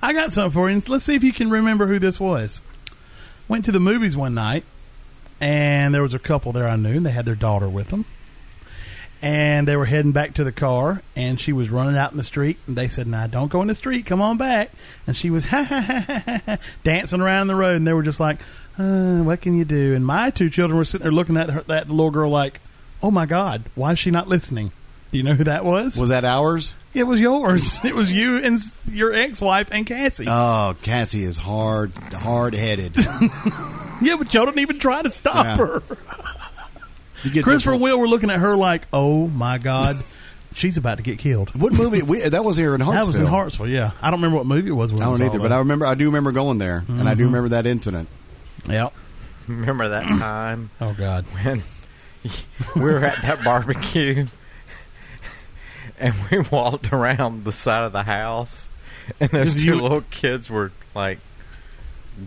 S2: I got something for you. Let's see if you can remember who this was. Went to the movies one night, and there was a couple there I knew. and They had their daughter with them, and they were heading back to the car. And she was running out in the street, and they said, "Nah, don't go in the street. Come on back." And she was ha ha ha ha, ha, ha dancing around the road, and they were just like, uh, "What can you do?" And my two children were sitting there looking at her, that little girl like, "Oh my God, why is she not listening?" Do you know who that was?
S1: was that ours?
S2: It was yours. It was you and s- your ex-wife and Cassie.
S1: Oh, Cassie is hard, hard headed.
S2: yeah, but y'all didn't even try to stop
S1: Yeah.
S2: her. Christopher and Will were looking at her like, "Oh my God, she's about to get killed."
S1: What movie? We, that was here in Hartsville.
S2: That was in Hartsville. Yeah, I don't remember what movie it was. When
S1: I don't
S2: saw
S1: either, but I
S2: that.
S1: remember. I do remember going there, and I do remember that incident.
S2: Yep.
S4: Remember that time
S2: Oh God.
S4: when we were at that barbecue and we walked around the side of the house, and those
S2: Is
S4: two
S2: you-
S4: little kids were like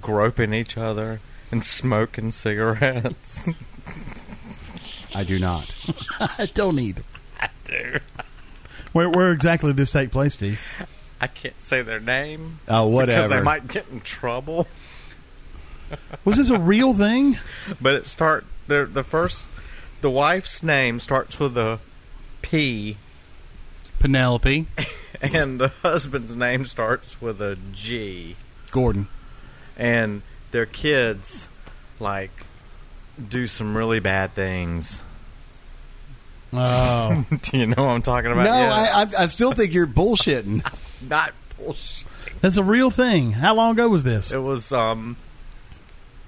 S4: groping each other and smoking cigarettes.
S1: I do not.
S2: I don't either.
S4: I do.
S2: Where where exactly did this take place, Steve?
S4: I can't say their name
S1: Oh,
S4: because
S1: whatever.
S4: they might get in trouble.
S2: Was this a real thing?
S4: But it start the the first the wife's name starts with a P
S3: Penelope.
S4: and the husband's name starts with a G
S1: Gordon.
S4: and their kids like do some really bad things.
S2: Oh,
S4: do you know what I'm talking
S1: No,
S4: about? Yeah.
S1: I, I, I still think you're bullshitting.
S4: not bullshit.
S2: that's a real thing. How long ago was this?
S4: It was um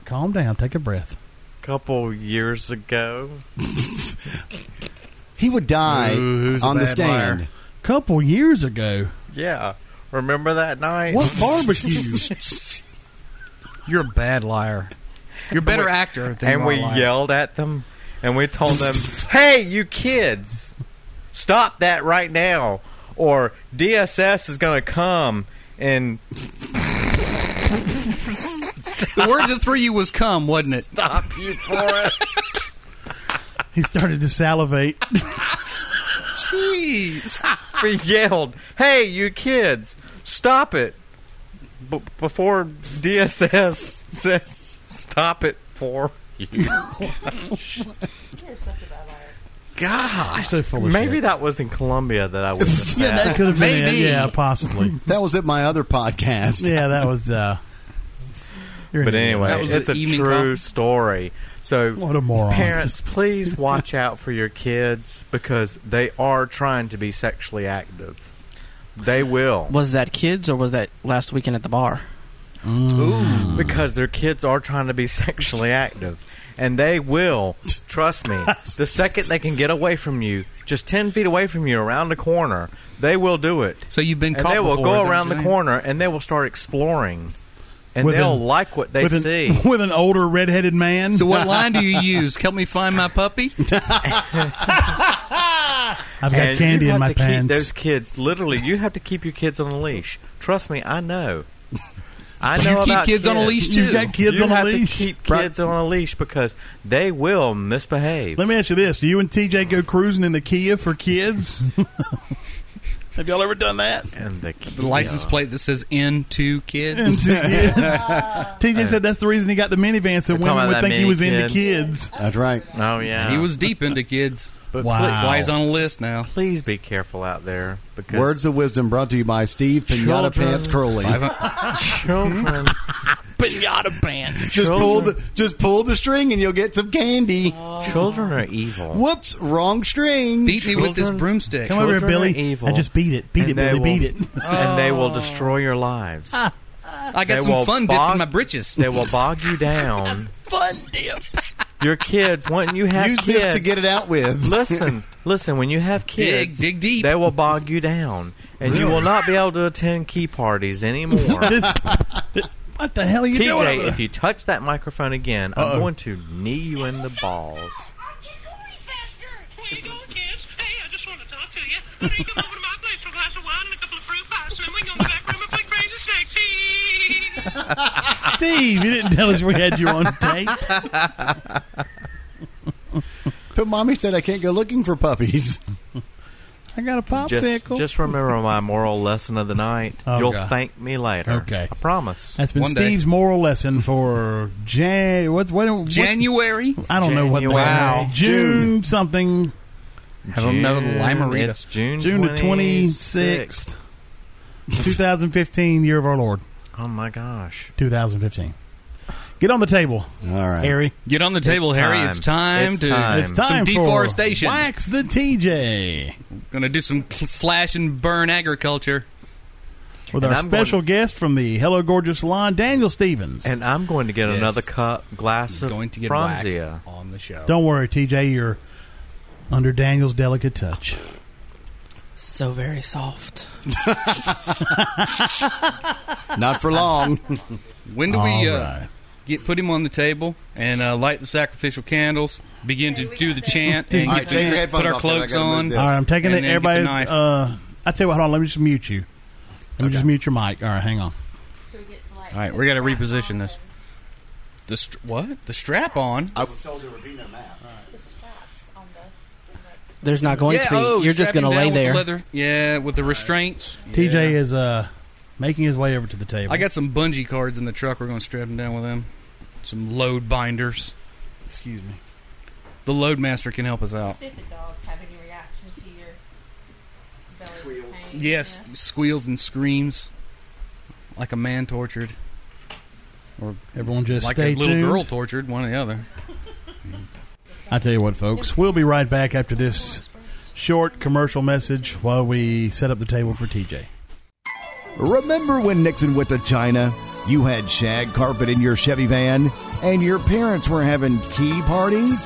S2: Calm down. Take a breath.
S4: a couple years ago.
S1: He would die
S3: Ooh, who's a
S1: on the
S3: bad liar?
S1: stand.
S2: Couple years ago.
S4: Yeah. Remember that night?
S2: What barbecue?
S3: You're a bad liar. You're a better actor than
S4: and
S3: you are
S4: we
S3: a liar.
S4: yelled at them and we told them, "Hey, you kids, stop that right now, or DSS is going to come." And
S3: The word that threw you was "come," wasn't it?
S4: stop you for it.
S2: he started to salivate.
S3: Jeez.
S4: We yelled, "Hey, you kids, stop it!" B- before DSS says, "Stop it for you."
S6: You're such a bad liar.
S4: God,
S2: so full of
S4: maybe
S2: shit.
S4: that was in Colombia that I was.
S2: Yeah, that could have been. it.
S3: Maybe.
S2: Yeah, possibly.
S1: That was at my other podcast.
S2: Yeah, that was. uh you're
S4: But
S2: an idiot.
S4: anyway,
S3: That was
S4: it's
S3: the
S4: a
S3: evening
S4: true
S3: coffee.
S4: story. So
S2: What a moron.
S4: Parents, please watch out for your kids because they are trying to be sexually active. They will.
S5: Was that kids or was that last weekend at the bar?
S3: Mm.
S4: because their kids are trying to be sexually active. And they will, trust me, the second they can get away from you, just 10 feet away from you around the corner, they will do it.
S3: So you've been
S4: And
S3: caught
S4: they
S3: before, is
S4: will
S3: that
S4: go
S3: what
S4: around
S3: you're
S4: the
S3: saying?
S4: corner and they will start exploring. And
S2: With
S4: they'll
S2: an-
S4: like what they
S2: with an,
S4: see.
S2: with an older redheaded man.
S3: So what line do you use? Help me find my puppy.
S2: I've got
S4: And
S2: candy
S4: you
S2: in
S4: have
S2: my
S4: to keep
S2: pants.
S4: Those kids, literally, you have to keep your kids on a leash. Trust me, I know. I know
S3: You keep
S4: about
S3: kids on a leash
S2: You've
S3: too.
S2: got kids
S4: you
S2: on a
S4: have
S2: leash.
S4: To keep
S2: Right.
S4: kids on a leash because they will misbehave.
S2: Let me ask you this: Do you and TJ go cruising in the Kia for kids? Have y'all ever done that?
S4: and the,
S3: the license
S4: yeah.
S3: plate that says "N two kids."
S2: TJ said that's the reason he got the minivan, so
S4: Uh, You're talking
S2: women would
S4: about that
S2: think he was
S4: mini
S2: into
S4: kid?
S2: kids.
S1: That's right.
S4: Oh yeah,
S3: He was deep into kids.
S4: But
S2: Wow.
S4: please-
S3: That's why he's on a list now.
S4: Please be careful out there because
S1: Words of wisdom brought to you by Steve Pinata
S4: Children.
S1: Pants Curly.
S4: children.
S3: Pinata pants.
S1: Just
S4: Children.
S1: pull the just pull the string and you'll get some candy.
S4: children are evil.
S1: Whoops, wrong string.
S3: Beat me with this
S4: Children.
S3: broomstick.
S2: Come over here,
S4: Children are
S2: Billy.
S4: evil.
S2: I just beat it, beat
S4: And
S2: it,
S4: they
S2: Billy,
S4: will-
S2: beat it.
S4: and they will destroy your lives.
S3: I got
S4: They
S3: some
S4: will
S3: fun dip
S4: bog-
S3: in my britches.
S4: They will bog you down.
S3: fun dip.
S4: Your kids, when you have
S1: Use
S4: kids,
S1: this to get it out with.
S4: listen, listen. When you have
S3: Dig,
S4: kids,
S3: dig deep.
S4: they will bog you down, and you will not be able to attend key parties anymore.
S2: This- th- what the hell are you doing? over
S4: TJ,
S2: there?
S4: if you touch that microphone again, I'm going to knee you in the balls.
S7: Where you going, kids? Hey, I just want to talk to you. Why don't you come over to my place for a glass of wine and a couple of fruit pies, and then we can go in the back room and play crazy snakes.
S2: Steve, you didn't tell us we had you on tape.
S1: But mommy said I can't go looking for puppies.
S2: I got a popsicle.
S4: Just, just remember my moral lesson of the night.
S2: Oh,
S4: You'll
S2: God.
S4: thank me later.
S2: Okay.
S4: I promise.
S2: That's been
S3: One day.
S2: Steve's moral lesson for Jan. What? What? what
S3: January.
S2: I don't know what the
S4: January.
S2: hell. June something.
S3: Have another Limerita.
S4: It's June,
S2: June the
S4: 26th.
S2: 26th, 2015, year of our Lord,
S4: Oh my gosh.
S2: 2015. Get on the table,
S1: All right.
S2: Harry.
S3: Get on the table, Harry.
S4: time.
S3: It's time
S4: It's
S3: to.
S4: time.
S2: It's time
S3: Some
S2: for
S3: deforestation.
S2: Wax the TJ
S3: Gonna do some cl- slash and burn agriculture.
S2: with
S4: And
S2: our
S4: I'm
S2: special guest from the Hello Gorgeous Salon, Daniel Stevens.
S4: And I'm going to get
S3: Yes.
S4: another cup glass of
S3: Going to get
S4: Franzia.
S3: waxed on the show.
S2: Don't worry, TJ, you're under Daniel's delicate touch.
S5: So very soft.
S1: Not for long.
S3: When do
S2: All
S3: we uh,
S2: right.
S3: get put him on the table and uh, light the sacrificial candles? Begin to do the chant and
S1: All
S3: get
S1: right, take your
S3: the-
S1: headphones
S3: put our
S1: off, 'cause I
S3: cloaks
S1: gotta move
S3: on.
S1: this.
S2: All right, I'm taking
S3: And
S2: it.
S3: then get
S2: Everybody,
S3: the knife.
S2: uh, I tell you what, hold on, let me just mute you. Let me just mute your mic. All right, hang on.
S3: All right, we gotta reposition this. The str- what? The strap on?
S1: I was told there would be no map.
S5: There's not going to be. You're just
S3: strap
S5: going to
S3: him oh, down
S5: lay
S3: with the
S5: there.
S3: leather. Yeah, with the restraints. Yeah.
S2: TJ is uh, making his way over to the table.
S3: I got some bungee cords in the truck. We're gonna strap him down with them. Some load binders.
S2: Excuse me.
S3: The loadmaster can help us out.
S6: See if the dogs have any reaction to your belly's pain.
S3: Yes, squeals and screams like a man tortured,
S2: Everyone, just
S3: like
S2: stay
S3: a little
S2: tuned.
S3: girl tortured, one or the other.
S2: I tell you what, folks, we'll be right back after this short commercial message while we set up the table for TJ.
S1: Remember when Nixon went to China? You had shag carpet in your Chevy van, and your parents were having key parties?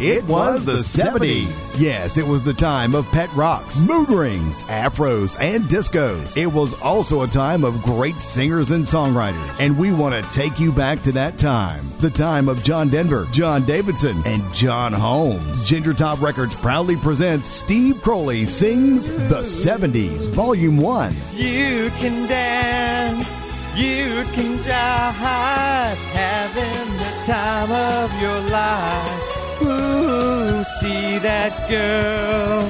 S1: It was the 70s. Yes, it was the time of pet rocks, mood rings, afros, and discos. It was also a time of great singers and songwriters. And we want to take you back to that time. The time of John Denver, John Davidson, and John Holmes. Ginger Top Records proudly presents Steve Crowley Sings the 70s, Volume 1.
S4: You can dance, you can jive, having the time of your life. Ooh, see that girl,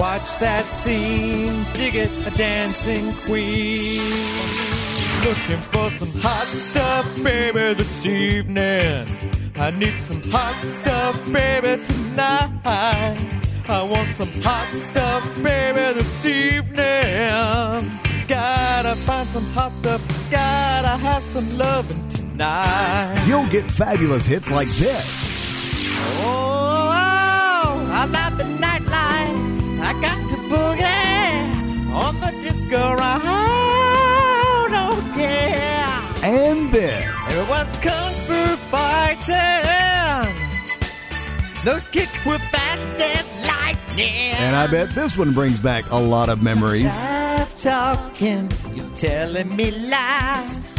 S4: watch that scene, dig it, a dancing queen. Looking for some hot stuff, baby, this evening. I need some hot stuff, baby, tonight. I want some hot stuff, baby, this evening. Gotta find some hot stuff, gotta have some loving tonight.
S1: You'll get fabulous hits like this.
S4: Oh, I love the nightlife. I got to boogie on the disco round. Oh, yeah. kung fu fighting. Those kicks were fast as lightning.
S1: And I bet this one brings back a lot of memories.
S4: Stop talking, you're telling me lies.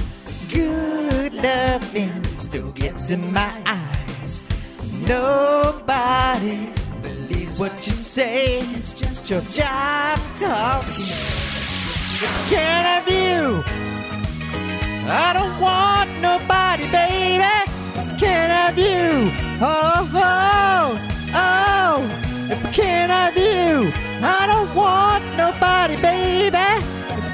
S4: Good loving still gets in my eyes. Nobody believes what you say. It's just your job talking. Can I view? I don't want nobody, baby. Can I view? Oh, oh, oh. Can I view? I don't want nobody, baby.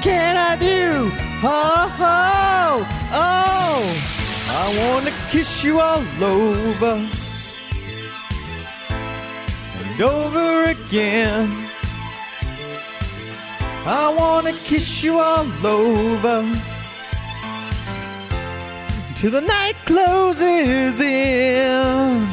S4: Can I view? Oh, oh, oh. I wanna kiss you all over and over again. I wanna kiss you all over till the night closes in.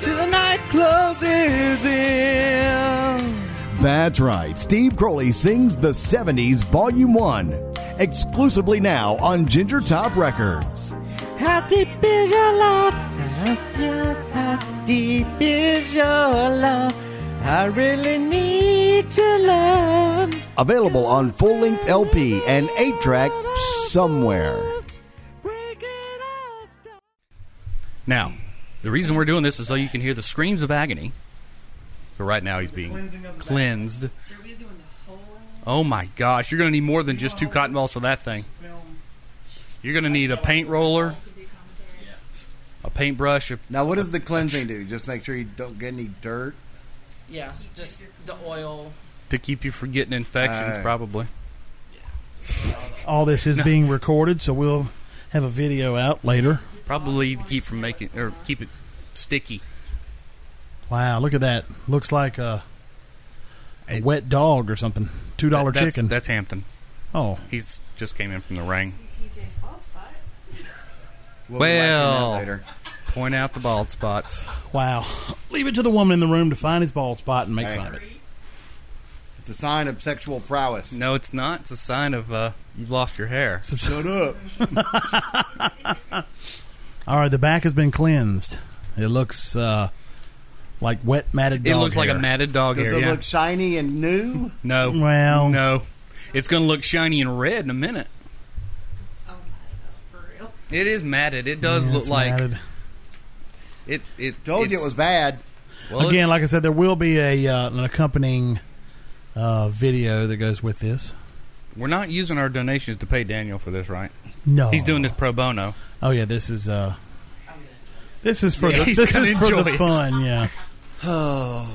S4: Till the night closes in.
S1: That's right. Steve Crowley sings the 70s, Volume 1, exclusively now on Ginger Top Records.
S4: How deep is your love? How deep, how deep is your love? I really need to learn.
S1: Available on full length LP and 8 track somewhere.
S4: Break it all down.
S3: Now, the reason we're doing this is so you can hear the screams of agony. But right now he's being cleansed. Oh my gosh, you're going to need more than just two cotton balls for that thing. You're going to need a paint roller, a paintbrush, a
S1: Now, what does the cleansing do? Just make sure you don't get any dirt.
S5: Yeah, just the oil.
S3: to keep you from getting infections,
S1: Alright.
S3: probably.
S2: All this is being recorded, so we'll have a video out later.
S3: Probably to keep from making or keep it sticky.
S2: Wow, look at that. Looks like a, a wet dog or something. Two dollar
S3: That- that's-
S2: chicken.
S3: That's Hampton.
S2: oh,
S3: He's just came in from the ring.
S6: TJ's bald spot.
S1: We'll be waxing that
S3: Well.
S1: later.
S3: Point out the bald spots.
S2: wow. Leave it to the woman in the room to find his bald spot and make
S1: Hey.
S2: fun of it.
S1: it's a sign of sexual prowess.
S3: No, it's not. It's a sign of uh, you've lost your hair.
S1: Shut up.
S2: All right, the back has been cleansed. It looks uh, like wet matted.
S3: It
S2: dog
S3: looks like
S2: hair.
S3: a matted dog
S1: Does
S3: hair.
S1: it
S3: yeah.
S1: look shiny and new?
S3: no.
S2: Well-
S3: no. It's going to look shiny and red in a minute.
S6: Oh my god, for real.
S3: It is matted. It does
S2: Yeah,
S3: look
S2: it's
S3: like
S2: matted.
S3: it. It
S1: Told you
S3: it's-
S1: it was bad.
S3: well,
S2: Again,
S3: it's-
S2: like I said, there will be a uh, an accompanying uh, video that goes with this.
S3: we're not using our donations to pay Daniel for this, right?
S2: No,
S3: He's doing this pro bono.
S2: Oh yeah, this is uh, this is for
S3: Yeah,
S2: the,
S3: he's
S2: this
S3: gonna
S2: is for
S3: enjoy
S2: the
S3: it.
S2: fun. Yeah,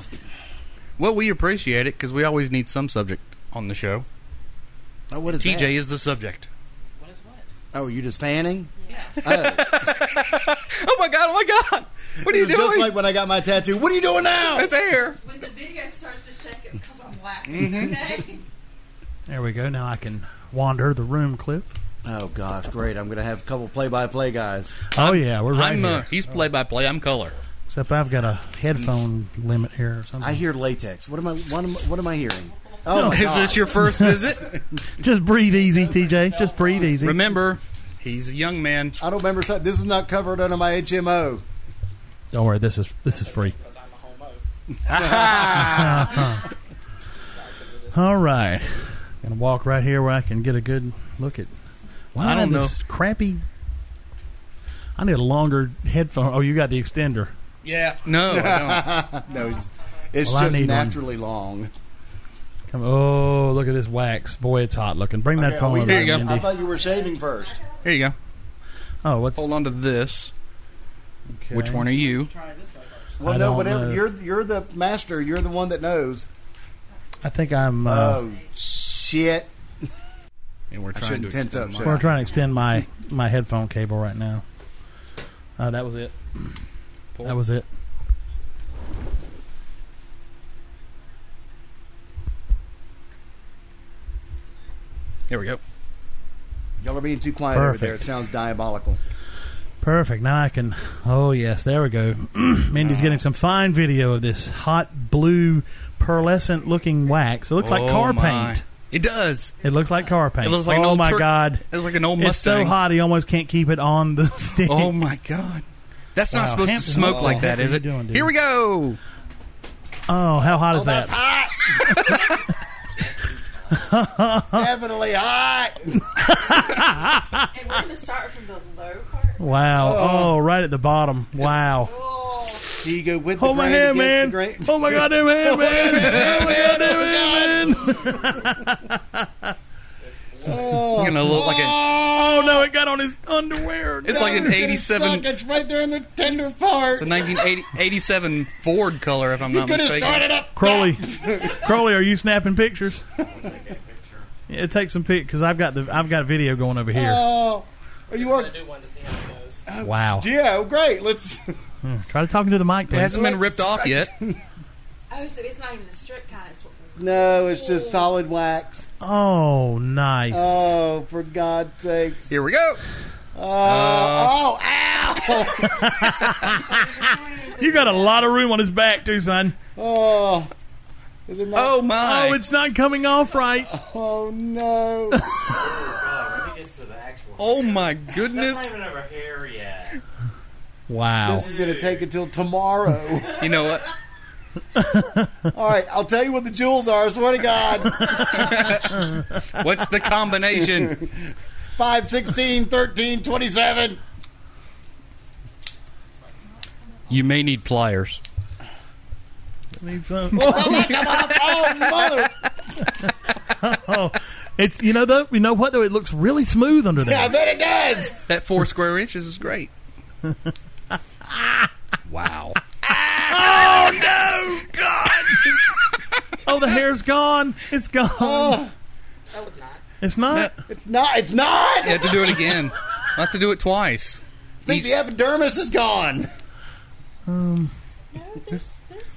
S3: Well, we appreciate it because we always need some subject on the show.
S1: Oh, what is
S3: TJ
S1: that?
S3: is the subject.
S5: What is what?
S1: Oh, you just fanning?
S3: Oh my god! Oh my god! What are you
S1: Just
S3: doing?
S1: like when I got my tattoo. What are you doing now?
S3: That's hair.
S6: When the video starts to shake, it's because I'm laughing.
S3: Mm-hmm.
S6: Okay?
S2: there we go. Now I can wander the room, Cliff.
S1: Oh gosh, great! I'm gonna have a couple play-by-play guys.
S2: Oh yeah, we're right
S3: I'm.
S2: here.
S3: Uh, he's play by play. I'm color.
S2: Except I've got a headphone limit here or something.
S1: I hear latex. What am I? What am, what am I hearing? Oh my
S3: Is
S1: god!
S3: this your first visit?
S2: Just breathe easy, TJ. Just breathe easy.
S3: Remember, he's a young man.
S1: I don't remember. so- This is not covered under my HMO.
S2: Don't worry, this is this is free. All right, gonna walk right here where I can get a good look at. Why
S3: I
S2: do
S3: don't
S2: have This crappy. I need a longer headphone. Oh, you got the extender.
S3: Yeah. No. I don't.
S1: No, it's, it's
S2: Well, I
S1: just
S2: need one.
S1: naturally long.
S2: Come. Oh, look at this wax. Boy, it's hot looking. Bring that
S1: Okay,
S2: phone
S1: oh,
S2: over,
S3: Here you go.
S1: I
S2: Mindy.
S1: thought you were shaving first.
S3: Here you go.
S2: Oh, what's
S3: Hold on to this. Which one are you?
S1: Well,
S2: I
S1: no,
S2: don't
S1: whatever.
S2: know.
S1: You're you're the master. You're the one that knows.
S2: I think I'm. Uh,
S1: Oh shit!
S3: And we're
S1: shouldn't
S3: trying to
S1: tense
S3: extend
S1: up,
S3: the
S1: should
S2: We're
S3: mic.
S2: trying to extend my my headphone cable right now. Uh, that was it. That was it.
S3: There we go.
S1: Y'all are being too quiet
S2: Perfect.
S1: over there. It sounds diabolical.
S2: Perfect. Now I can. Oh yes, there we go. Mindy's getting some fine video of this hot blue pearlescent looking wax. It looks like
S3: Oh,
S2: car
S3: my.
S2: paint.
S3: It does.
S2: It looks like car paint.
S3: It looks like
S2: oh
S3: an old
S2: my
S3: Tur-
S2: god,
S3: It's like an old
S2: it's
S3: Mustang.
S2: so hot he almost can't keep it on the stick.
S3: Oh my god. That's
S2: Wow.
S3: not supposed
S2: Hampton,
S3: to smoke
S2: what
S3: like
S2: the heck
S3: that, is
S2: are
S3: it?
S2: you doing, dude?
S3: Here we go.
S2: Oh, how hot is that?
S8: Definitely hot.
S6: And we're going to start from the low part.
S2: Wow. Oh. right at the bottom. Wow.
S6: Oh,
S1: Do you go with the
S2: Oh my
S1: grain
S2: hand,
S1: against the
S2: man.
S1: grain?
S2: Oh my goddamn hand, man. Oh my goddamn hand, man.
S3: You're gonna look like a.
S2: Oh no, it got on his underwear.
S3: It's like an '87. It's
S8: It's right there in the tender part.
S3: a 1987 Ford color, if I'm not
S8: Could have
S3: mistaken.
S8: started up.
S2: Crowley. Crowley, are you snapping pictures? Yeah, take some pic because I've got the I've got video going over here.
S8: Oh, you are.
S5: I do one to see how it goes.
S3: Oh,
S2: wow.
S8: Yeah, great. Let's.
S2: Try to talk into the mic,
S3: It
S2: please.
S3: hasn't been ripped off yet.
S6: oh, so it's not even the strip kind. It's what
S1: No, it's just solid wax.
S2: Oh, nice.
S1: Oh, for God's sakes.
S3: Here we go.
S1: Oh, ow!
S2: you got a lot of room on his back too, son.
S1: Oh, is it not?
S3: Oh my!
S2: Oh, it's not coming off right.
S1: Oh, no.
S3: Oh my
S4: That's
S3: goodness!
S4: not even over hair yet.
S2: Wow.
S1: This is going to take until tomorrow.
S3: You know what?
S1: All right, I'll tell you what the jewels are. I swear to God.
S3: What's the combination?
S1: 5, 16, 13, 27.
S3: You may need pliers.
S2: Need some-
S1: Oh, mother.
S2: Oh, it's you know though you know what though it looks really smooth under
S1: I
S2: there.
S1: bet it does.
S3: That four square inches is great. wow!
S2: Oh no, God! oh, the hair's gone. It's gone.
S3: Oh.
S5: No, it's not.
S2: It's not.
S1: It's not. It's not.
S3: You have to do it again. I have to do it twice.
S1: I think the epidermis is gone.
S6: no, there's there's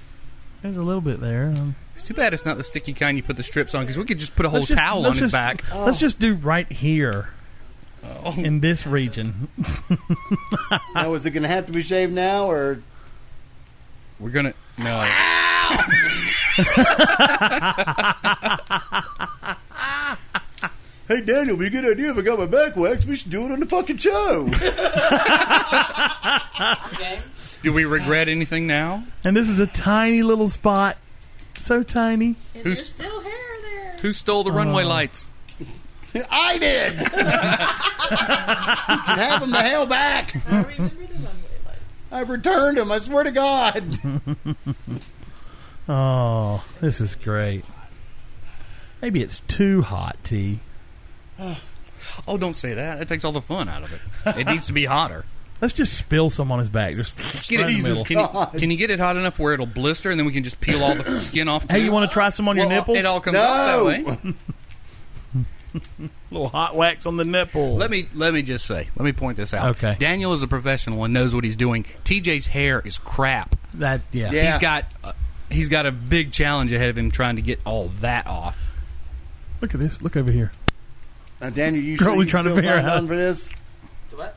S2: There's a little bit there. Um,
S3: It's too bad it's not the sticky kind you put the strips on because we could just put a whole
S2: let's just-
S3: towel on
S2: let's
S3: his
S2: just-
S3: back. Oh.
S2: Let's just do right here in this region.
S1: Now, is it going to have to be shaved now, or
S3: We're gonna no.
S1: Hey, Daniel, it'd be a good idea if I got my back waxed. We should do it on the fucking show.
S5: Okay.
S3: Do we regret anything now?
S2: And this is a tiny little spot, so tiny.
S6: and
S3: Who's-
S6: there's still hair there.
S3: Who stole the
S2: Uh.
S3: runway lights?
S1: I did. you can have them the hell back.
S6: I remember the one way like.
S1: I've returned them. I swear to God.
S2: Oh, this is great. Maybe it's too hot, T.
S3: Oh, don't say that. That takes all the fun out of it. It needs to be hotter.
S2: Let's just spill some on his back. Just
S3: Get it-
S2: right in the middle.
S3: Can you, can you get it hot enough where it'll blister and then we can just peel all the skin off?
S2: Hey, you want to try some on your nipples?
S3: uh, It all comes
S1: No.
S3: off that way.
S2: little hot wax on the nipple.
S3: Let me let me just say. Let me point this out.
S2: Okay.
S3: Daniel is a professional and knows what he's doing. TJ's hair is crap.
S2: That yeah.
S1: Yeah.
S3: He's got uh, he's got a big challenge ahead of him trying to get all that off.
S2: Look at this. Look over here.
S1: Now, Daniel, you
S2: Girl,
S1: sure
S2: we
S1: you
S2: trying to
S1: still
S2: figure
S1: signed
S2: out-
S1: on for this?
S5: Do what?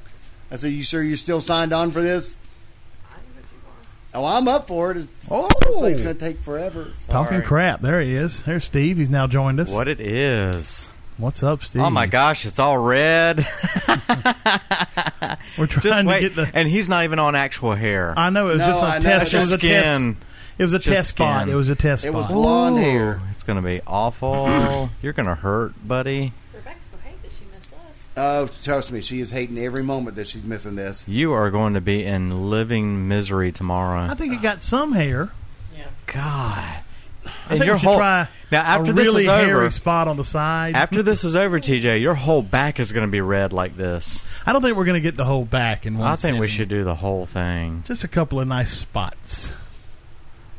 S1: I said, you sure you still signed on for this?
S5: I don't know if you want.
S1: Oh, I'm up for it. It's,
S2: Oh,
S1: it's going to take forever.
S2: talking
S4: Sorry.
S2: crap. There he is. There's Steve. He's now joined us.
S4: What it is.
S2: What's up, Steve?
S4: Oh my gosh, it's all red.
S2: We're trying
S4: Just
S2: to
S4: wait.
S2: get the.
S4: And he's not even on actual hair.
S2: I know it was
S1: No,
S2: just
S1: I
S2: a
S1: know.
S2: test.
S4: It's
S2: It was
S4: just
S2: a
S4: skin.
S2: test. It was a
S4: Just
S2: test spot.
S4: skin.
S2: It was a test
S1: It was
S2: spot.
S1: blonde hair.
S4: It's gonna be awful. You're gonna hurt, buddy.
S6: Rebecca's gonna hate that she missed us.
S1: Oh, trust me, she is hating every moment that she's missing this.
S4: You are going to be in living misery
S2: I
S4: tomorrow.
S2: think it got some hair.
S4: God.
S2: I think
S4: your
S2: we should
S4: whole
S2: try
S4: now after
S2: a
S4: this
S2: really
S4: is
S2: hairy
S4: over.
S2: spot on the side.
S4: After this is over, TJ, your whole back is going to be red like this.
S2: I don't think we're going to get the whole back in one.
S4: I think we
S2: sitting.
S4: should do the whole thing.
S2: Just a couple of nice spots.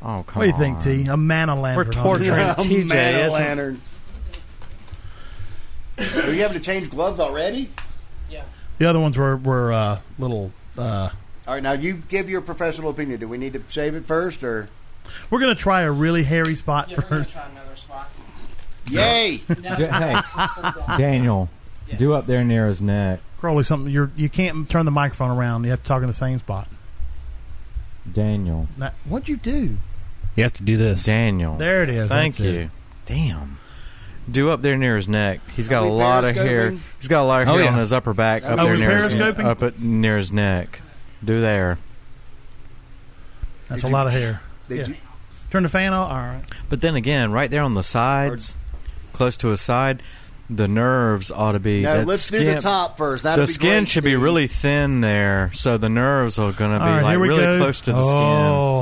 S4: Oh, come
S2: What do you
S4: on.
S2: think, T? A man of
S4: We're
S2: lantern. on the
S4: torturing
S2: back.
S4: TJ.
S1: Man, a
S4: isn't-
S1: lantern. Are you having to change gloves already?
S5: Yeah.
S2: The other ones were were uh, little. Uh,
S1: All right, now you give your professional opinion. Do we need to shave it first or?
S2: we're going to try a really hairy spot
S5: Yeah, we're gonna
S2: first.
S5: try another spot.
S1: Yay!
S5: Now,
S4: D- hey, Daniel, do up there near his neck.
S2: Crowley, something you're you can't turn the microphone around. You have to talk in the same spot.
S4: Daniel.
S2: Now, what'd you do?
S3: You have to do this.
S4: Daniel.
S2: There it is.
S4: Thank
S2: That's it.
S4: you. Damn. Do up there near his neck. He's got
S1: Are
S4: a
S1: we
S4: lot of hair.
S1: periscoping?
S4: He's got a lot of
S3: Oh,
S4: hair
S3: yeah.
S4: on his upper back, up
S1: Are
S4: there
S2: we
S4: near his
S2: periscoping?
S4: up at, near his neck. Do there.
S2: That's
S1: Did
S2: a
S1: you-
S2: lot of hair.
S1: Did
S2: Yeah.
S1: you-
S2: Turn the fan off. All right.
S4: But then again, right there on the sides, close to his side, the nerves ought to be.
S1: Now
S4: that
S1: let's do
S4: skin-
S1: the top first. That'd
S4: The
S1: be
S4: skin
S1: great,
S4: should be
S1: Steve.
S4: really thin there, so the nerves are going to be
S2: all right.
S4: like
S2: here we
S4: really
S2: go.
S4: close to the
S2: oh,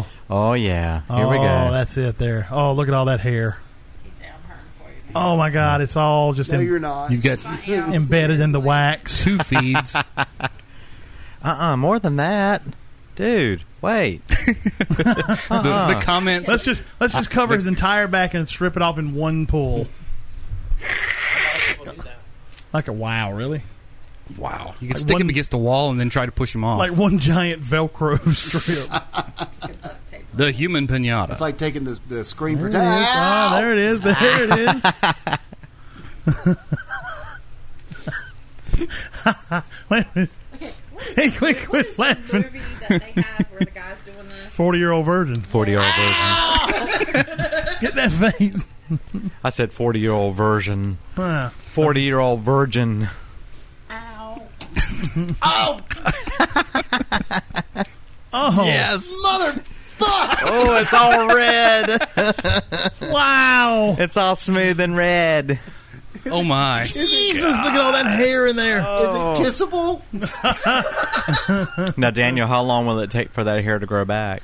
S4: skin. Oh yeah, here we
S2: Oh,
S4: go.
S2: that's it there. Oh, look at all that hair.
S6: TJ, I'm hurting for you.
S2: Oh my God, it's all just
S1: No,
S2: em-
S1: you're not.
S3: You've got
S6: I am.
S2: embedded in the wax.
S3: two feeds.
S4: Uh uh more than that, dude. Wait,
S3: the, the comments.
S2: Let's just let's just cover his entire back and strip it off in one pull. Like a wow, really?
S3: wow. You can stick
S2: one-
S3: him against the wall and then try to push him off.
S2: Like one giant Velcro strip.
S3: the human pinata.
S1: It's like taking the, the screen for
S2: There it is. Ah,
S1: time.
S2: there it is. There it is. Wait a minute. Hey, quick, quit laughing.
S6: Movie that they have where the guy's doing this.
S2: 40 year old virgin.
S4: forty year old version.
S2: Get that face.
S4: I said forty year old version.
S2: Ah.
S4: Forty year old virgin.
S6: Ow.
S2: Oh,
S4: Oh, it's all red.
S2: wow.
S4: It's all smooth and red.
S3: oh my.
S2: Jesus, look at all that hair in there.
S1: Is it kissable?
S4: Now, Daniel, how long will it take for that hair to grow back?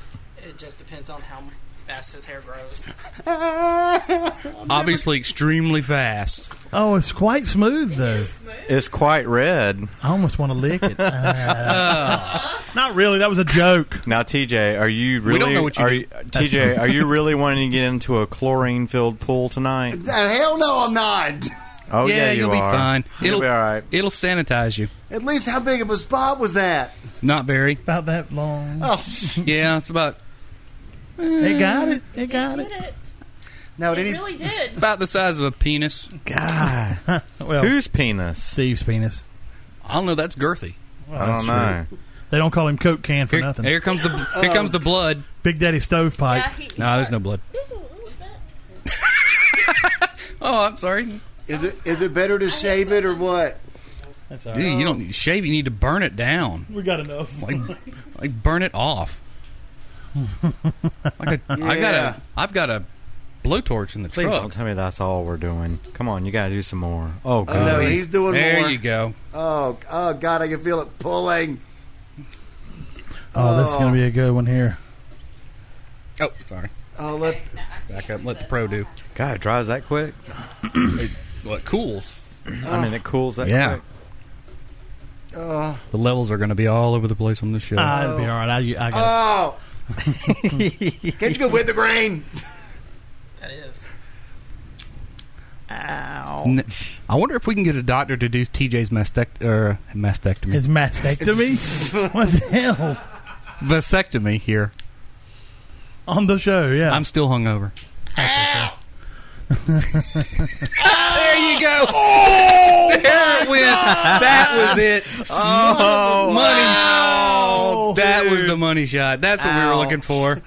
S5: It just depends on how fast his hair grows.
S3: Obviously, extremely fast.
S2: Oh, it's quite smooth, though.
S4: It's quite red.
S2: I almost want to lick it. Uh, Not really. That was a joke.
S4: Now, TJ, are you really?
S3: don't know what you
S4: are
S3: do.
S4: TJ, are you really wanting to get into a chlorine-filled pool tonight?
S1: Uh, hell no, I'm not.
S4: Oh yeah, you
S3: you'll
S4: are.
S3: be fine.
S4: You'll
S3: it'll
S4: be all right.
S3: It'll sanitize you.
S1: At least how big of a spot was that?
S3: Not very.
S2: About that long.
S1: Oh, sh-
S3: Yeah, it's about
S2: It got it. It got
S6: Did
S2: it.
S6: it?
S1: no,
S6: It
S1: Oh, did he?
S6: really did.
S3: about the size of a penis.
S4: God,
S2: Well,
S4: whose penis?
S2: Steve's penis.
S3: I don't know. That's girthy.
S2: Well,
S4: I
S2: that's
S4: don't
S2: true.
S4: know.
S2: They don't call him Coke Can for
S3: Here,
S2: nothing.
S3: here comes the here comes the blood.
S2: Big Daddy Stovepipe.
S6: Yeah, he,
S3: Oh. No, there's no blood.
S6: There's a little bit.
S3: Oh, I'm sorry, dude.
S1: Is it is it better to shave it or what?
S2: That's all
S3: You don't need to shave. You need to burn it down.
S2: We got enough.
S3: Like, like burn it off. Like a, I got
S1: Yeah.
S3: a I've got a blowtorch in the
S4: Please
S3: truck.
S4: don't tell me that's all we're doing. Come on, you gotta do some more. Oh
S1: Oh, no,
S4: God,
S1: he's doing
S3: there
S1: more.
S3: you go.
S1: Oh, oh God, I can feel it pulling.
S2: Oh, this is going to be a good one here.
S3: Oh, sorry.
S1: Oh, let
S3: Back up. Let the pro do.
S4: God, it dries that quick.
S3: Well, it cools.
S4: I mean, it cools that
S3: Yeah.
S4: quick.
S3: The levels are going to be all over the place on this show.
S2: Ah, it'll be all right. I, I got it.
S1: oh. Can't you go with the grain?
S5: That is.
S1: Oh.
S3: N- I wonder if we can get a doctor to do TJ's mastect- or mastectomy.
S2: It's mastectomy. what the hell?
S3: vasectomy here.
S2: On the show, yeah.
S3: I'm still hungover. Oh, there you go. there it went. That was it.
S4: Oh,
S3: money.
S4: wow,
S3: that was
S4: dude.
S3: the money shot. That's what we were
S4: Ow.
S3: looking for.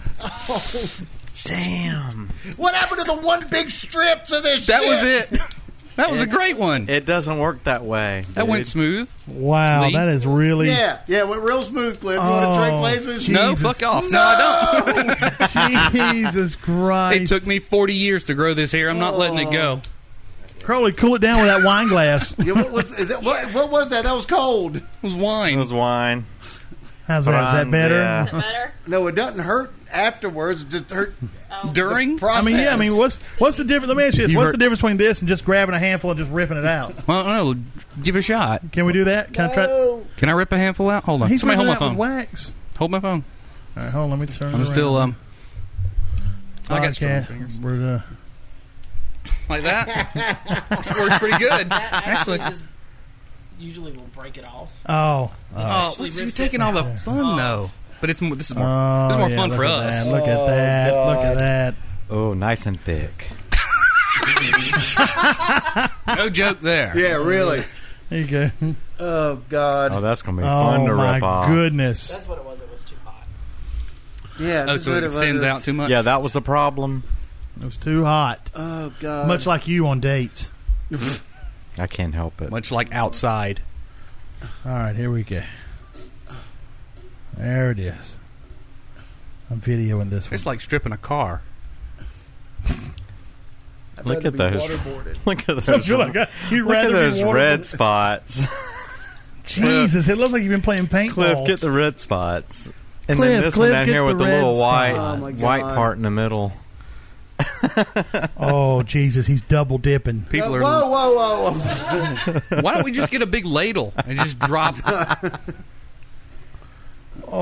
S4: damn.
S1: What happened to the one big strip to this?
S3: That
S1: shit?
S3: was it. That was a great one.
S4: It doesn't work that way.
S3: That went
S4: dude.
S3: smooth.
S2: wow,
S3: Lee?
S2: that is really.
S1: Yeah, yeah, it went real smooth, Cliff. You want to trade
S2: Oh,
S1: places?
S3: No,
S2: Jesus.
S3: fuck off. No, I don't.
S2: Jesus Christ.
S3: It took me 40 years to grow this hair. I'm not letting it go.
S2: Crowley, cool it down with that wine glass.
S1: Yeah, what, what's, is that, what, what was that? That was cold.
S3: It was
S4: It
S3: wine.
S4: was wine.
S2: How's that? Is that
S4: Bronze,
S2: better?
S4: yeah.
S6: Is it better?
S1: No, it doesn't hurt afterwards. It just hurt.
S6: Oh.
S3: During?
S2: I
S1: Process.
S2: mean, yeah. I mean, what's what's the difference? Let me ask you this:
S3: You
S2: What's
S3: heard-
S2: the difference between this and just grabbing a handful and just ripping it out?
S3: Well, I don't know. Give it a shot.
S2: Can we do that? Can I try?
S1: No.
S3: Can I rip a handful out? Hold on.
S2: He's
S3: Somebody hold my
S2: ripping
S3: phone.
S2: it out with wax.
S3: Hold my phone.
S2: All right, hold on. Let me turn. it
S3: I'm
S2: around.
S3: still, um, I got strong
S2: Podcast.
S3: fingers.
S2: We're, uh,
S3: Like that? That works pretty good. Actually.
S5: Actually, just usually will break it off.
S2: Oh,
S3: Oh,
S5: actually
S3: you're
S5: rips
S3: taking
S5: it.
S3: all the fun, though. But it's more, this is more,
S2: oh,
S3: this is more
S2: yeah,
S3: fun
S2: look
S3: for
S2: at
S3: us.
S2: That, look at that! Look at that!
S4: Oh, nice and thick.
S3: No joke there.
S1: Yeah, really.
S2: There you go.
S1: Oh
S4: Oh,
S1: God.
S4: that's gonna be fun to
S2: Oh my
S4: rip off.
S2: goodness!
S5: That's what it was. It was too hot.
S1: Yeah.
S3: Oh,
S1: just
S3: so
S1: let
S3: it
S1: let
S3: thins out too much?
S4: Yeah, that was the problem.
S2: It was too hot.
S1: Uh,
S9: Oh god.
S2: Much like you on dates.
S4: I can't help it.
S3: Much like outside.
S2: All right, here we go. There it is. I'm videoing this one.
S3: It's like stripping a car.
S1: I'd
S4: Look
S1: rather
S4: at
S1: be
S4: those.
S1: Waterboarded.
S4: Look at
S2: I
S4: those.
S2: feel like I- you'd
S4: look at
S2: rather be
S4: those
S2: warm
S4: red
S2: than-
S4: spots.
S2: Jesus, it looks like you've been playing paintball.
S4: Cliff, get the red spots. And
S2: Oh. Cliff,
S4: then this
S2: Cliff,
S4: one down
S2: get
S4: here with
S2: the
S4: the,
S2: red
S4: little white
S2: spots.
S1: Oh, my
S4: white
S1: God.
S4: part in the middle.
S2: oh, Jesus, he's double dipping.
S3: People are.
S1: Uh, Whoa, whoa, whoa, whoa!
S3: Why don't we just get a big ladle and just drop?
S2: Oh,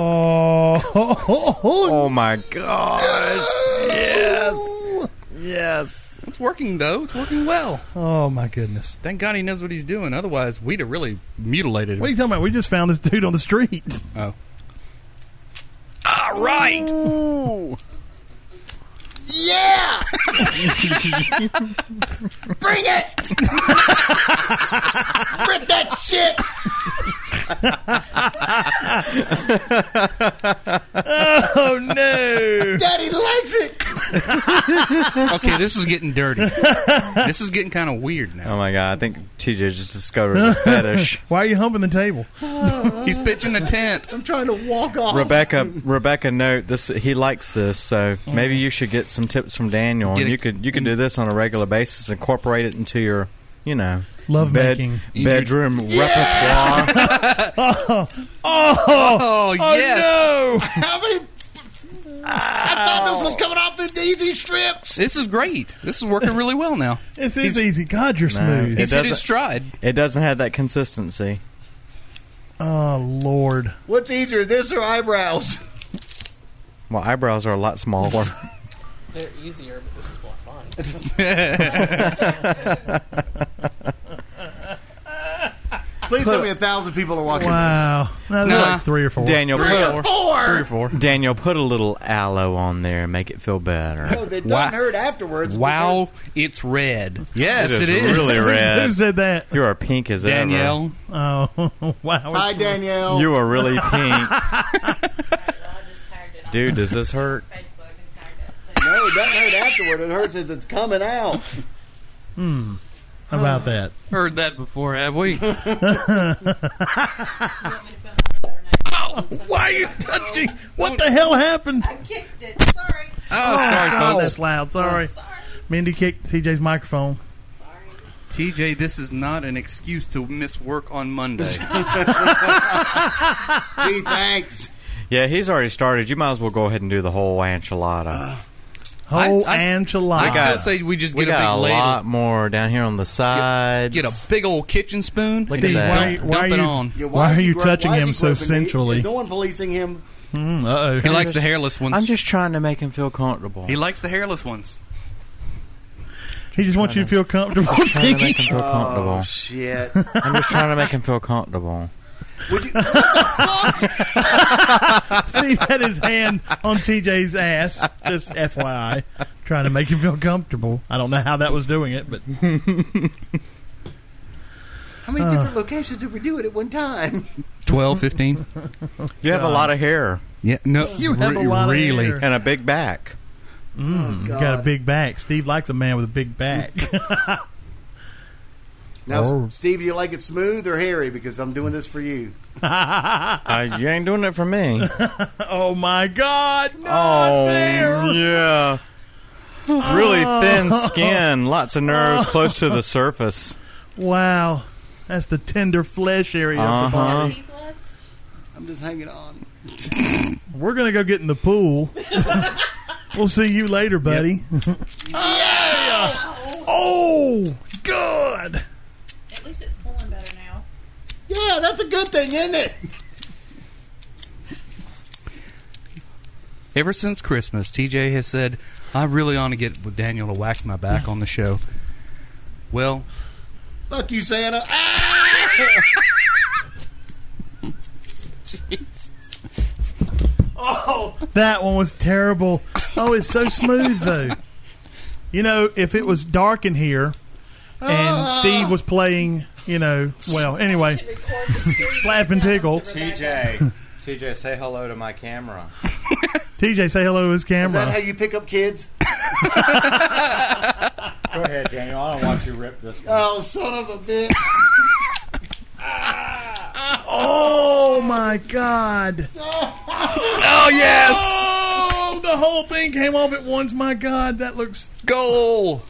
S4: Oh my gosh. Yes. Yes.
S3: it's working though. It's working well.
S2: oh my goodness.
S3: Thank God he knows what he's doing. Otherwise, we'd have really mutilated him.
S2: What are you talking about? We just found this dude on the street.
S3: Oh. All right.
S10: Yeah! Bring it! Rip that shit!
S2: Oh no!
S10: Daddy likes it!
S3: Okay, this is getting dirty. This is getting kind of weird now.
S4: Oh my god, I think TJ just discovered a fetish.
S2: Why are you humping the table?
S3: He's pitching a tent.
S1: I'm trying to walk off.
S4: Rebecca Rebecca note this he likes this, so maybe you should get some tips from Daniel
S3: Get
S4: and
S3: a-
S4: you could you can do this on a regular basis, incorporate it into your you know
S2: Love
S4: bed-
S2: making.
S4: bedroom repertoire.
S3: Oh, yes.
S1: How many? I thought this was coming off in easy strips.
S3: This is great. This is working really well now.
S2: This is easy. God, you're smooth.
S4: It
S3: He's hit
S4: doesn't-
S3: his stride.
S4: It doesn't have that consistency.
S2: Oh Lord.
S1: What's easier, this or eyebrows?
S4: Well, eyebrows are a lot smaller.
S5: They're easier, but this is more fun.
S9: Please tell me a thousand people are watching
S2: Wow. No, they're
S3: Nah.
S2: like three or four.
S4: Daniel, put,
S3: or four. Three or four.
S4: Daniel, put a little aloe on there and make it feel better.
S1: No, that doesn't
S3: Wow.
S1: hurt afterwards.
S3: Wow, it's red. Yes,
S4: It is
S3: it is.
S4: really red.
S2: Who said that?
S4: You are pink as
S3: Danielle,
S2: Oh wow.
S9: Hi Danielle.
S4: ever. You are really pink,
S6: I just tagged it on
S4: dude. Does this hurt?
S6: Facebook and tagged it. So
S1: No, it doesn't hurt afterward. It hurts as it's coming out.
S2: How about that?
S3: heard that before, have we?
S6: you want me to put my
S3: Why are you touching?
S2: What the hell happened?
S6: I kicked it. Sorry.
S3: Oh, sorry,
S2: Oh,
S3: folks.
S2: that's loud. Sorry.
S6: Sorry.
S2: Mindy kicked TJ's microphone.
S6: Sorry.
S3: TJ, this is not an excuse to miss work on Monday.
S9: Gee, thanks.
S4: Yeah, he's already started. You might as well go ahead and do the whole enchilada.
S2: Whole
S3: I- I-
S2: enchilada.
S3: I
S4: got-
S3: still say we just
S4: we
S3: get Uh, a
S4: got a,
S3: big ladle,
S4: lot more down here on the sides.
S3: get a big old kitchen spoon,
S4: Look
S3: and
S4: at
S3: just
S4: that.
S3: dump,
S2: Why- why
S3: dump it
S2: are you-
S3: on.
S9: Yeah,
S2: Why
S9: is
S2: are you
S9: gro-
S2: touching
S9: why is
S2: him
S9: he
S2: so
S9: groping me?
S2: sensually?
S9: Is no one policing him.
S2: uh
S3: He likes the hairless ones.
S4: I'm just trying to make him feel comfortable.
S3: he likes the hairless ones.
S2: He just wants you to feel comfortable.
S4: trying to make him feel comfortable.
S1: Oh shit!
S4: I'm just trying to make him feel comfortable.
S9: Would you,
S2: Steve had his hand on TJ's ass, just FYI, trying to make him feel comfortable. I don't know how that was doing it, but
S1: How
S2: Uh.
S1: many different locations did we do it at one time?
S3: 12, 15?
S4: You have a lot of hair
S3: Yeah, no.
S2: You have a lot of
S3: Really?
S2: hair.
S4: and a big back.
S1: Oh,
S2: Hmm. you
S1: God.
S2: got a big back. Steve likes a man with a big back.
S9: now,
S2: Oh.
S9: S- Steve, do you like it smooth or hairy? Because I'm doing this for you.
S4: Uh, you ain't doing it for me.
S2: oh my God!
S3: Ah,
S4: Oh,
S2: there.
S4: yeah. Really
S3: Ah.
S4: thin skin, lots of nerves close to the surface.
S2: Wow, that's the tender flesh area. Of the
S4: Uh-huh.
S2: body.
S4: Huh?
S6: Teeth left?
S1: I'm just hanging on.
S2: We're gonna go get in the pool. we'll see you later, buddy. yeah! Oh, God!
S6: At least it's pulling better now.
S1: Yeah, that's a good thing, isn't it?
S3: Ever since Christmas, TJ has said, I really want to get with Daniel to whack my back on the show. Well,
S1: Fuck you, Santa. Ah!
S2: That one was terrible. Oh, it's so smooth though. You know, if it was dark in here
S9: Ah.
S2: and Steve was playing, you know, well, anyway, slap and tickle.
S4: TJ, TJ, say hello to my camera.
S2: TJ, say hello to his
S9: Is that how
S2: camera.
S9: you pick up kids?
S11: Go ahead, Daniel. I don't want you to rip this one.
S1: Oh, son of a bitch.
S2: Oh my god.
S3: Oh yes,
S2: Oh, the whole thing came off at once. My god, that looks
S3: goal.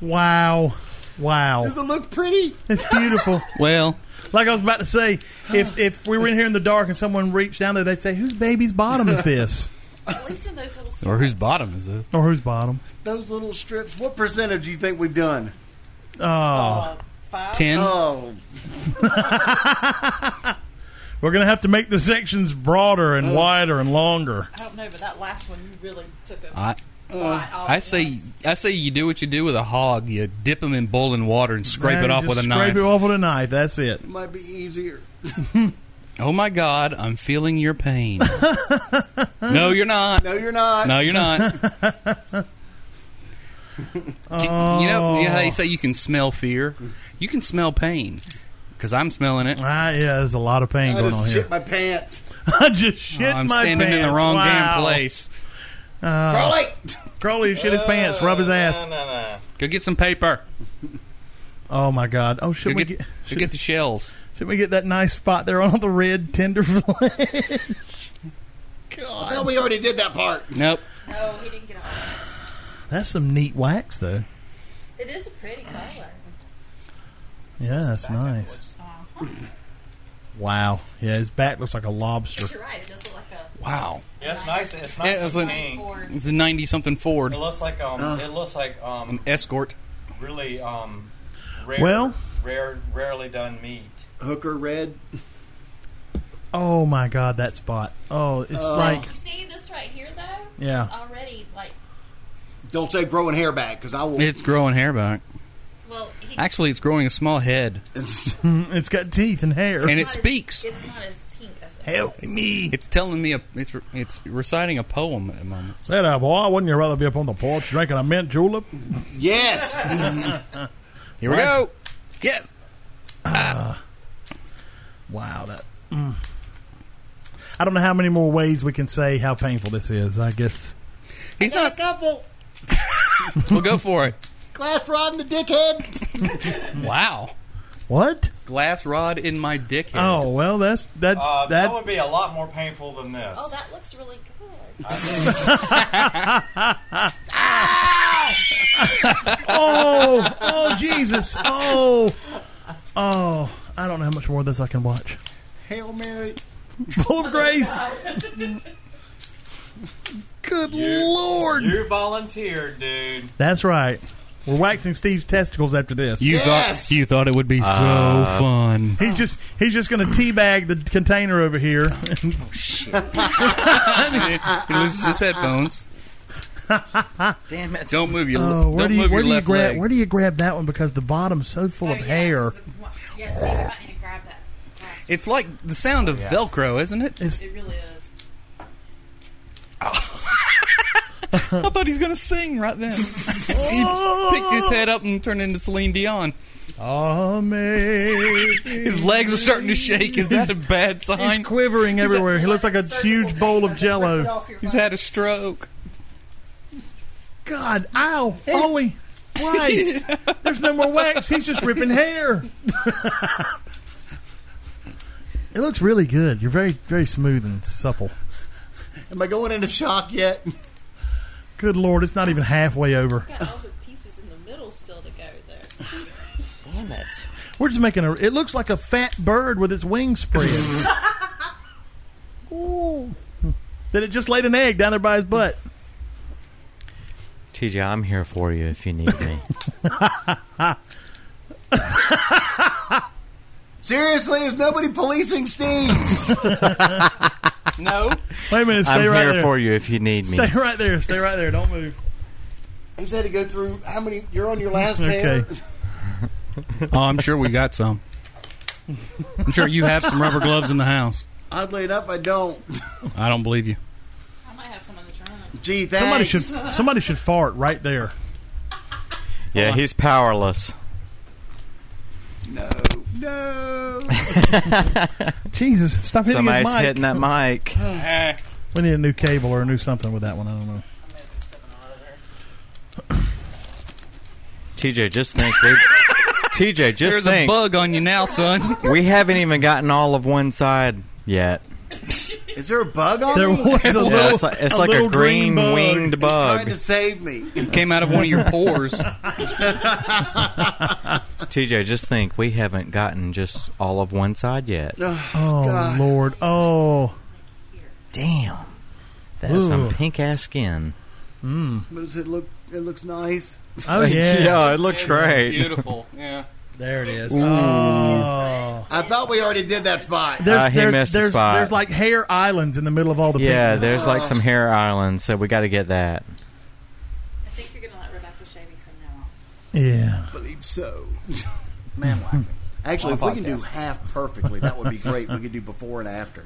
S2: wow. Wow.
S1: Does it look pretty?
S2: It's beautiful.
S3: Well,
S2: Like I was about to say, if if we were in here in the dark and someone reached down there, they'd say, "Whose baby's bottom is this?"
S6: At least in those little
S3: or whose bottom is this?
S2: or "Whose bottom?"
S1: Those little strips. What percentage do you think we've done?
S2: Oh,
S6: uh, five.
S3: Ten.
S1: Oh,
S2: we're gonna have to make the sections broader
S9: Oh.
S2: and wider and longer.
S6: I don't know, but that last one you really took a
S3: I
S6: lot off
S3: I say
S6: once.
S3: I say you do what you do with a hog. You dip them in boiling water and scrape
S2: Man,
S3: it off
S2: just
S3: with a
S2: Scrape
S3: knife.
S2: it off with a knife. That's it.
S1: it might be easier.
S3: Oh my God, I'm feeling your pain. no, you're not.
S1: No, you're not.
S3: No, you're not.
S2: Oh,
S3: You know, you know how they say you can smell fear? You can smell pain because I'm smelling it.
S2: Ah, yeah, there's a lot of pain
S1: I
S2: going on
S1: just shit
S2: here.
S1: my pants.
S2: I just shit
S3: I'm
S2: my
S3: standing in the
S2: pants.
S3: wrong
S2: Wow. Uh,
S3: damn place.
S1: Crawley!
S2: Crowley shit his pants, rub
S1: Uh,
S2: his ass.
S3: Go get some paper.
S2: Oh my god. Oh,
S3: Go
S2: should we
S3: get,
S2: get,
S3: go
S2: should,
S3: get the shells.
S2: should we get that nice spot there on the red tender flesh?
S1: No, we already did that part.
S3: Nope.
S6: No, he didn't get all that.
S2: That's some neat wax though.
S6: It is a pretty color.
S2: Yeah, that's nice. Wow. Yeah, his back looks like a lobster.
S6: But you're right. It does look like a
S3: Wow.
S4: Yeah, it's nice. It's
S3: Yeah,
S4: nice
S3: it's
S4: and
S3: like-
S4: pink.
S6: Ford.
S3: It's a 90 something Ford.
S4: It looks like um,
S2: Uh.
S4: it looks like um,
S3: An escort.
S4: really um, rare,
S2: Well-
S4: rare, rarely done meat.
S1: Hooker red.
S2: Oh my god, that spot. Oh, it's
S1: Uh.
S2: like
S6: You see this right here though?
S2: Yeah.
S6: It's already like
S1: Don't say growing hair back because I will.
S3: It's growing hair back.
S6: well. He,
S3: Actually, it's growing a small head.
S2: Mm, it's got teeth and hair.
S3: And
S6: not
S3: it
S6: as-
S3: speaks.
S6: It's not as pink as it
S2: Help
S6: was.
S2: me.
S3: It's telling me, a, it's, re- it's reciting a poem at the moment.
S2: Say that, boy. Wouldn't you rather be up on the porch drinking a mint julep?
S1: yes.
S3: Here we go. Yes.
S2: Wow, that. mm. I don't know how many more ways we can say how painful this is. I guess.
S3: He's
S1: Got
S3: not.
S1: a couple.
S3: Well, go for it.
S1: Glass rod in the dickhead.
S3: Wow.
S2: What?
S3: Glass rod in my dick. head.
S2: Oh well, that's that
S4: Uh, that,
S2: that.
S4: would be a lot more painful than this.
S6: Oh, that looks really good.
S2: oh, oh Jesus! Oh, oh! I don't know how much more of this I can watch.
S1: Hail Mary.
S2: Full of grace. Good Lord!
S4: you volunteered, dude.
S2: That's right. We're waxing Steve's testicles after this.
S3: You
S1: Yes!
S3: thought you thought it would be so fun.
S2: He's just he's just going to teabag the container over here.
S3: he loses his headphones.
S12: Damn it.
S3: Don't move your
S2: Oh, where
S3: don't
S2: do you
S3: move
S2: where
S3: your
S2: do you
S3: left
S2: grab
S3: leg.
S2: where do you grab that one because the bottom's so full
S6: Oh,
S2: of
S6: yeah,
S2: hair.
S6: 'cause the- Yes, Steve, I might need to grab that. glass.
S3: it's like the sound of Velcro, isn't it?
S2: It's
S6: It really is.
S3: I thought he was gonna sing right then. he picked his head up and turned into Celine Dion.
S2: amazing.
S3: His legs are starting to shake. Is that a bad
S2: He's
S3: sign?
S2: quivering everywhere. He
S6: Well,
S2: looks like a
S6: surgical
S2: huge
S6: tape
S2: bowl of
S6: doesn't rip it
S2: jello.
S6: off your
S3: He's
S6: body.
S3: had a stroke.
S2: God, ow, holy. Why? There's no more wax. He's just ripping hair. it looks really good. You're very, very smooth and supple.
S1: Am I going into shock yet?
S2: Good Lord, it's not even halfway over.
S6: Got all the pieces in the middle still to go there.
S12: Damn it.
S2: We're just making a. It looks like a fat bird with its wings spread. Ooh. That it just laid an egg down there by his butt.
S12: TJ, I'm here for you if you need me.
S1: Seriously, is nobody policing Steve?
S3: No.
S2: Wait a minute,
S12: I'm
S2: stay right
S12: here
S2: there.
S12: for you if you need me.
S2: Stay right there. Stay right there. Don't move.
S1: He's had to go through how many? You're on your last pair.
S2: Okay.
S3: Oh, I'm sure we got some. I'm sure you have some rubber gloves in the house.
S1: Oddly enough, I don't.
S3: I don't believe you.
S6: I might have some in the trunk.
S1: Gee, thanks.
S2: Somebody should. Somebody should fart right there.
S12: Yeah, he's powerless.
S1: No, no.
S2: Jesus, stop hitting
S12: Somebody's
S2: his mic.
S12: hitting that mic.
S2: We need a new cable or a new something with that one. I don't know.
S4: TJ, just think. We, TJ, just
S3: There's
S4: think.
S3: a bug on you now, son.
S4: We haven't even gotten all of one side yet.
S1: Is there a bug on
S4: There
S1: me?
S4: was a Yeah, little- it's like- it's a like a little green green bug. winged
S1: He's
S4: bug.
S1: Trying to save me.
S3: It came out of one of your pores.
S4: TJ, just think. We haven't gotten just all of one side yet.
S2: Oh, Lord. Oh.
S4: Damn. That is some
S2: Ooh.
S4: pink ass skin.
S2: Mm.
S1: But does it look? It looks nice.
S2: Oh, yeah.
S4: Yeah, it looks great.
S3: Beautiful. Yeah.
S2: There it is.
S4: Ooh.
S3: Mm.
S2: Oh.
S1: I thought we already did that spot.
S4: Uh, he missed a
S2: there's,
S4: spot.
S2: there's like hair islands in the middle of all the
S4: yeah,
S2: pictures.
S4: there's like some hair islands, so we got to get that.
S6: I think you're gonna let Rebecca shave me from now on.
S2: Yeah.
S1: believe so.
S3: Man waxing.
S1: Actually,
S3: On
S1: if
S3: a
S1: we can do
S3: podcast.
S1: half perfectly, that would be great. We could do before and after.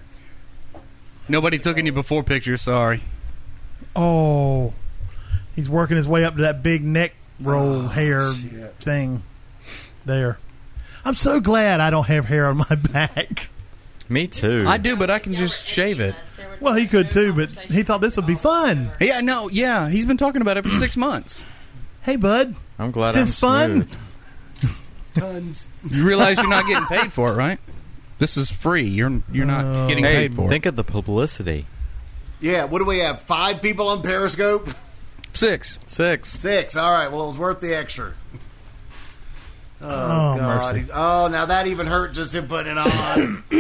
S3: Nobody took any before pictures. Sorry.
S2: Oh, he's working his way up to that big neck roll hair thing. There, I'm so glad I don't have hair on my back.
S4: Me too.
S3: I do, but I can just shave it.
S2: Well, he could too, but he thought this would be fun.
S3: Yeah, no, yeah. He's been talking about it for six months.
S2: Hey, bud,
S4: I'm glad.
S2: is this
S4: I'm
S2: fun?
S4: smooth.
S1: Tons.
S3: You realize you're not getting paid for it, right? This is free. You're you're not getting
S4: Hey,
S3: paid for
S4: think of the publicity.
S1: Yeah. What do we have? Five people on Periscope.
S3: it. Six.
S4: Six.
S1: Six. All right. Well, it was worth the extra. Oh,
S2: Oh,
S1: God.
S2: mercy.
S1: He's- oh, now that even hurt just him putting it on.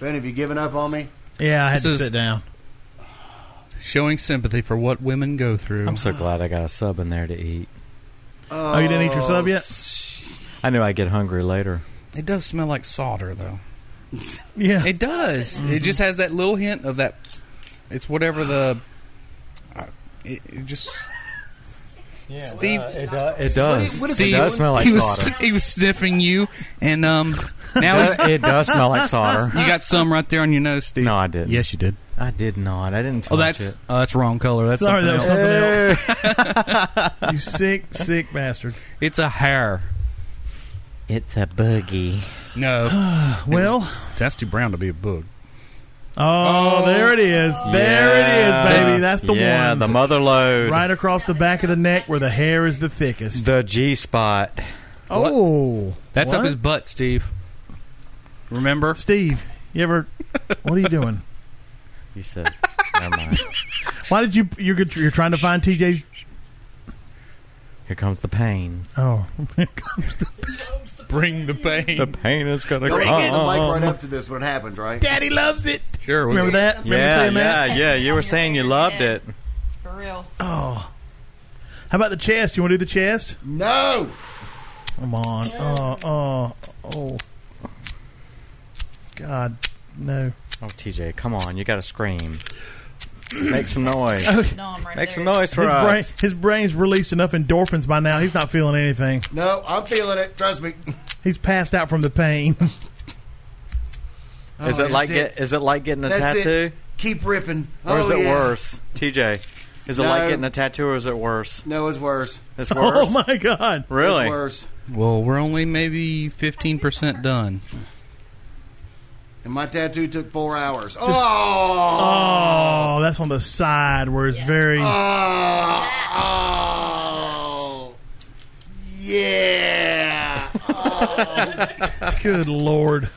S1: ben, have you given up on me?
S2: Yeah, I had
S3: This
S2: to
S3: is-
S2: sit down.
S3: Showing sympathy for what women go through.
S4: I'm so glad I got a sub in there to eat.
S2: Oh, you didn't eat your sub yet?
S4: I knew I'd get hungry later.
S3: It does smell like solder, though.
S2: Yeah,
S3: It does. Mm-hmm. It just has that little hint of that. It's whatever the. I- It, it just.
S4: Yeah,
S3: Steve-
S4: it, does.
S1: What is- what is
S4: it
S1: it
S4: does
S1: doing?
S4: smell like
S3: he was
S4: solder.
S3: he was sniffing you, and um, now
S4: It
S3: he's,
S4: does- it does smell like solder.
S3: you got some right there on your nose, Steve.
S4: No, I didn't.
S3: Yes, you did.
S4: I did not. I didn't touch
S3: Oh, that's
S4: it.
S3: oh, that's wrong color. That's
S2: Sorry,
S3: something
S2: that was
S3: else.
S2: something
S4: Hey.
S2: else. you sick, sick bastard.
S3: It's a hair.
S4: It's a boogie.
S3: No,
S2: Well,
S3: that's too brown to be a bug.
S2: oh, there it is. There it is, baby. That's the
S4: yeah,
S2: one.
S4: the mother load.
S2: right across the back of the neck where the hair is the thickest.
S4: The G spot.
S2: oh,
S3: That's up
S2: what?
S3: his butt, Steve. Remember?
S2: Steve, you ever? What are you doing?
S4: You said. Never mind.
S2: Why did you? You're good- you're trying to find TJ's.
S4: Here comes the pain.
S2: Oh,
S3: Bring the pain.
S4: The pain is gonna
S1: Don't
S4: come.
S1: get the mic
S4: uh.
S1: right up to this when it happens, right?
S2: Daddy loves it.
S3: sure. we-
S2: Remember that? Remember
S4: Yeah,
S2: saying that?
S4: yeah, yeah. You were saying you loved it.
S6: For real.
S2: Oh. How about the chest? You want to do the chest?
S1: No.
S2: Come on. Oh, oh, oh. God, no.
S4: Oh, TJ, come on. You gotta scream. Make some noise.
S6: No, I'm right
S4: Make
S6: there.
S4: some noise for
S2: His
S4: us.
S2: brain, his brain's released enough endorphins by now. He's not feeling anything.
S1: No, I'm feeling it. Trust me.
S2: He's passed out from the pain.
S4: Is
S1: Oh,
S4: it like
S1: that's
S4: get, is it like getting a
S1: That's it.
S4: tattoo,
S1: Keep ripping.
S4: or is
S1: oh,
S4: it
S1: yeah.
S4: worse? TJ, is it
S1: No.
S4: like getting a tattoo, or is it worse?
S1: No, it's worse.
S4: It's worse.
S2: oh my God!
S4: Really?
S1: It's worse.
S3: Well, we're only maybe fifteen percent done.
S1: And my tattoo took four hours. oh.
S2: Oh, that's on the side where it's very.
S1: Oh. Yeah. Oh.
S2: Good Lord!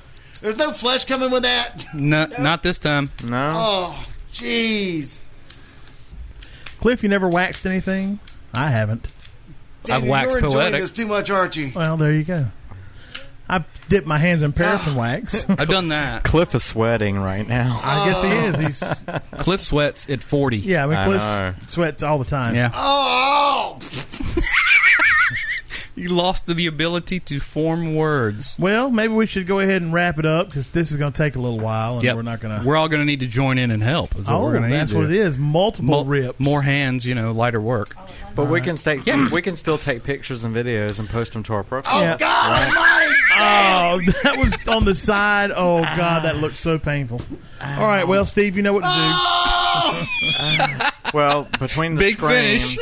S1: There's no flesh coming with that.
S3: No, not this time.
S4: No.
S1: Oh, jeez.
S2: Cliff, you never waxed anything? I haven't.
S1: David,
S3: waxed
S1: you're enjoying
S3: poetic.
S1: This too much, aren't you?
S2: Well, there you go. I've dipped my hands in paraffin wax.
S3: I've done that.
S4: Cliff is sweating right now.
S2: I guess he is. He's
S3: Cliff sweats at forty.
S2: yeah. I mean,
S4: I
S2: Cliff
S4: know.
S2: sweats all the time.
S3: Yeah.
S1: Oh.
S3: You lost the ability to form words.
S2: Well, maybe we should go ahead and wrap it up because this is going to take a little while, and
S3: Yep.
S2: we're not going
S3: We're all going to need to join in and help. Is what
S2: oh,
S3: we're gonna
S2: that's
S3: need to
S2: what it
S3: do.
S2: is. Multiple
S3: Mul-
S2: rips.
S3: More hands, you know, lighter work.
S4: But we can take we can still take pictures and videos and post them to our profile.
S1: Oh,
S2: Yeah.
S1: God almighty.
S2: Oh, that was on the side. Oh God, that looked so painful. All right, well, Steve, you know what to do.
S4: Well, between the
S3: Big
S4: screams,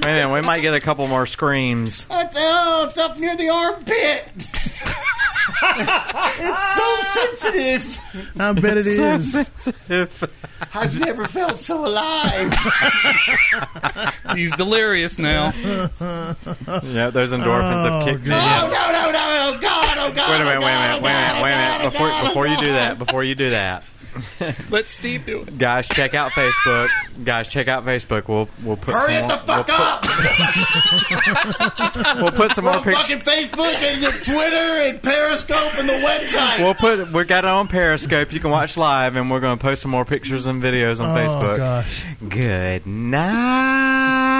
S4: man, we might get a couple more screams.
S1: That's, oh, it's up near the armpit. it's so sensitive.
S2: I bet it
S1: It's so
S2: is.
S1: I've never felt so alive.
S3: He's delirious now.
S4: yeah, those endorphins
S1: Oh,
S4: have kicked me. in.
S1: No, no, no, no, God, oh God. oh,
S4: Wait a minute, wait a minute, wait a minute, wait a minute. Before, before you do that, before you do that,
S3: let Steve do it.
S4: Guys, check out Facebook. Guys, check out Facebook. We'll we'll put
S1: Hurry
S4: some
S1: it
S4: more,
S1: the fuck up!
S4: we'll Put, we'll put some
S1: We're
S4: more
S1: on
S4: pictures.
S1: fucking Facebook and the Twitter and Periscope and the website.
S4: We'll put we got it on Periscope. You can watch live,
S2: Oh,
S4: and we're going to post some more pictures and videos on
S1: Oh,
S4: Facebook.
S1: gosh.
S4: Good night.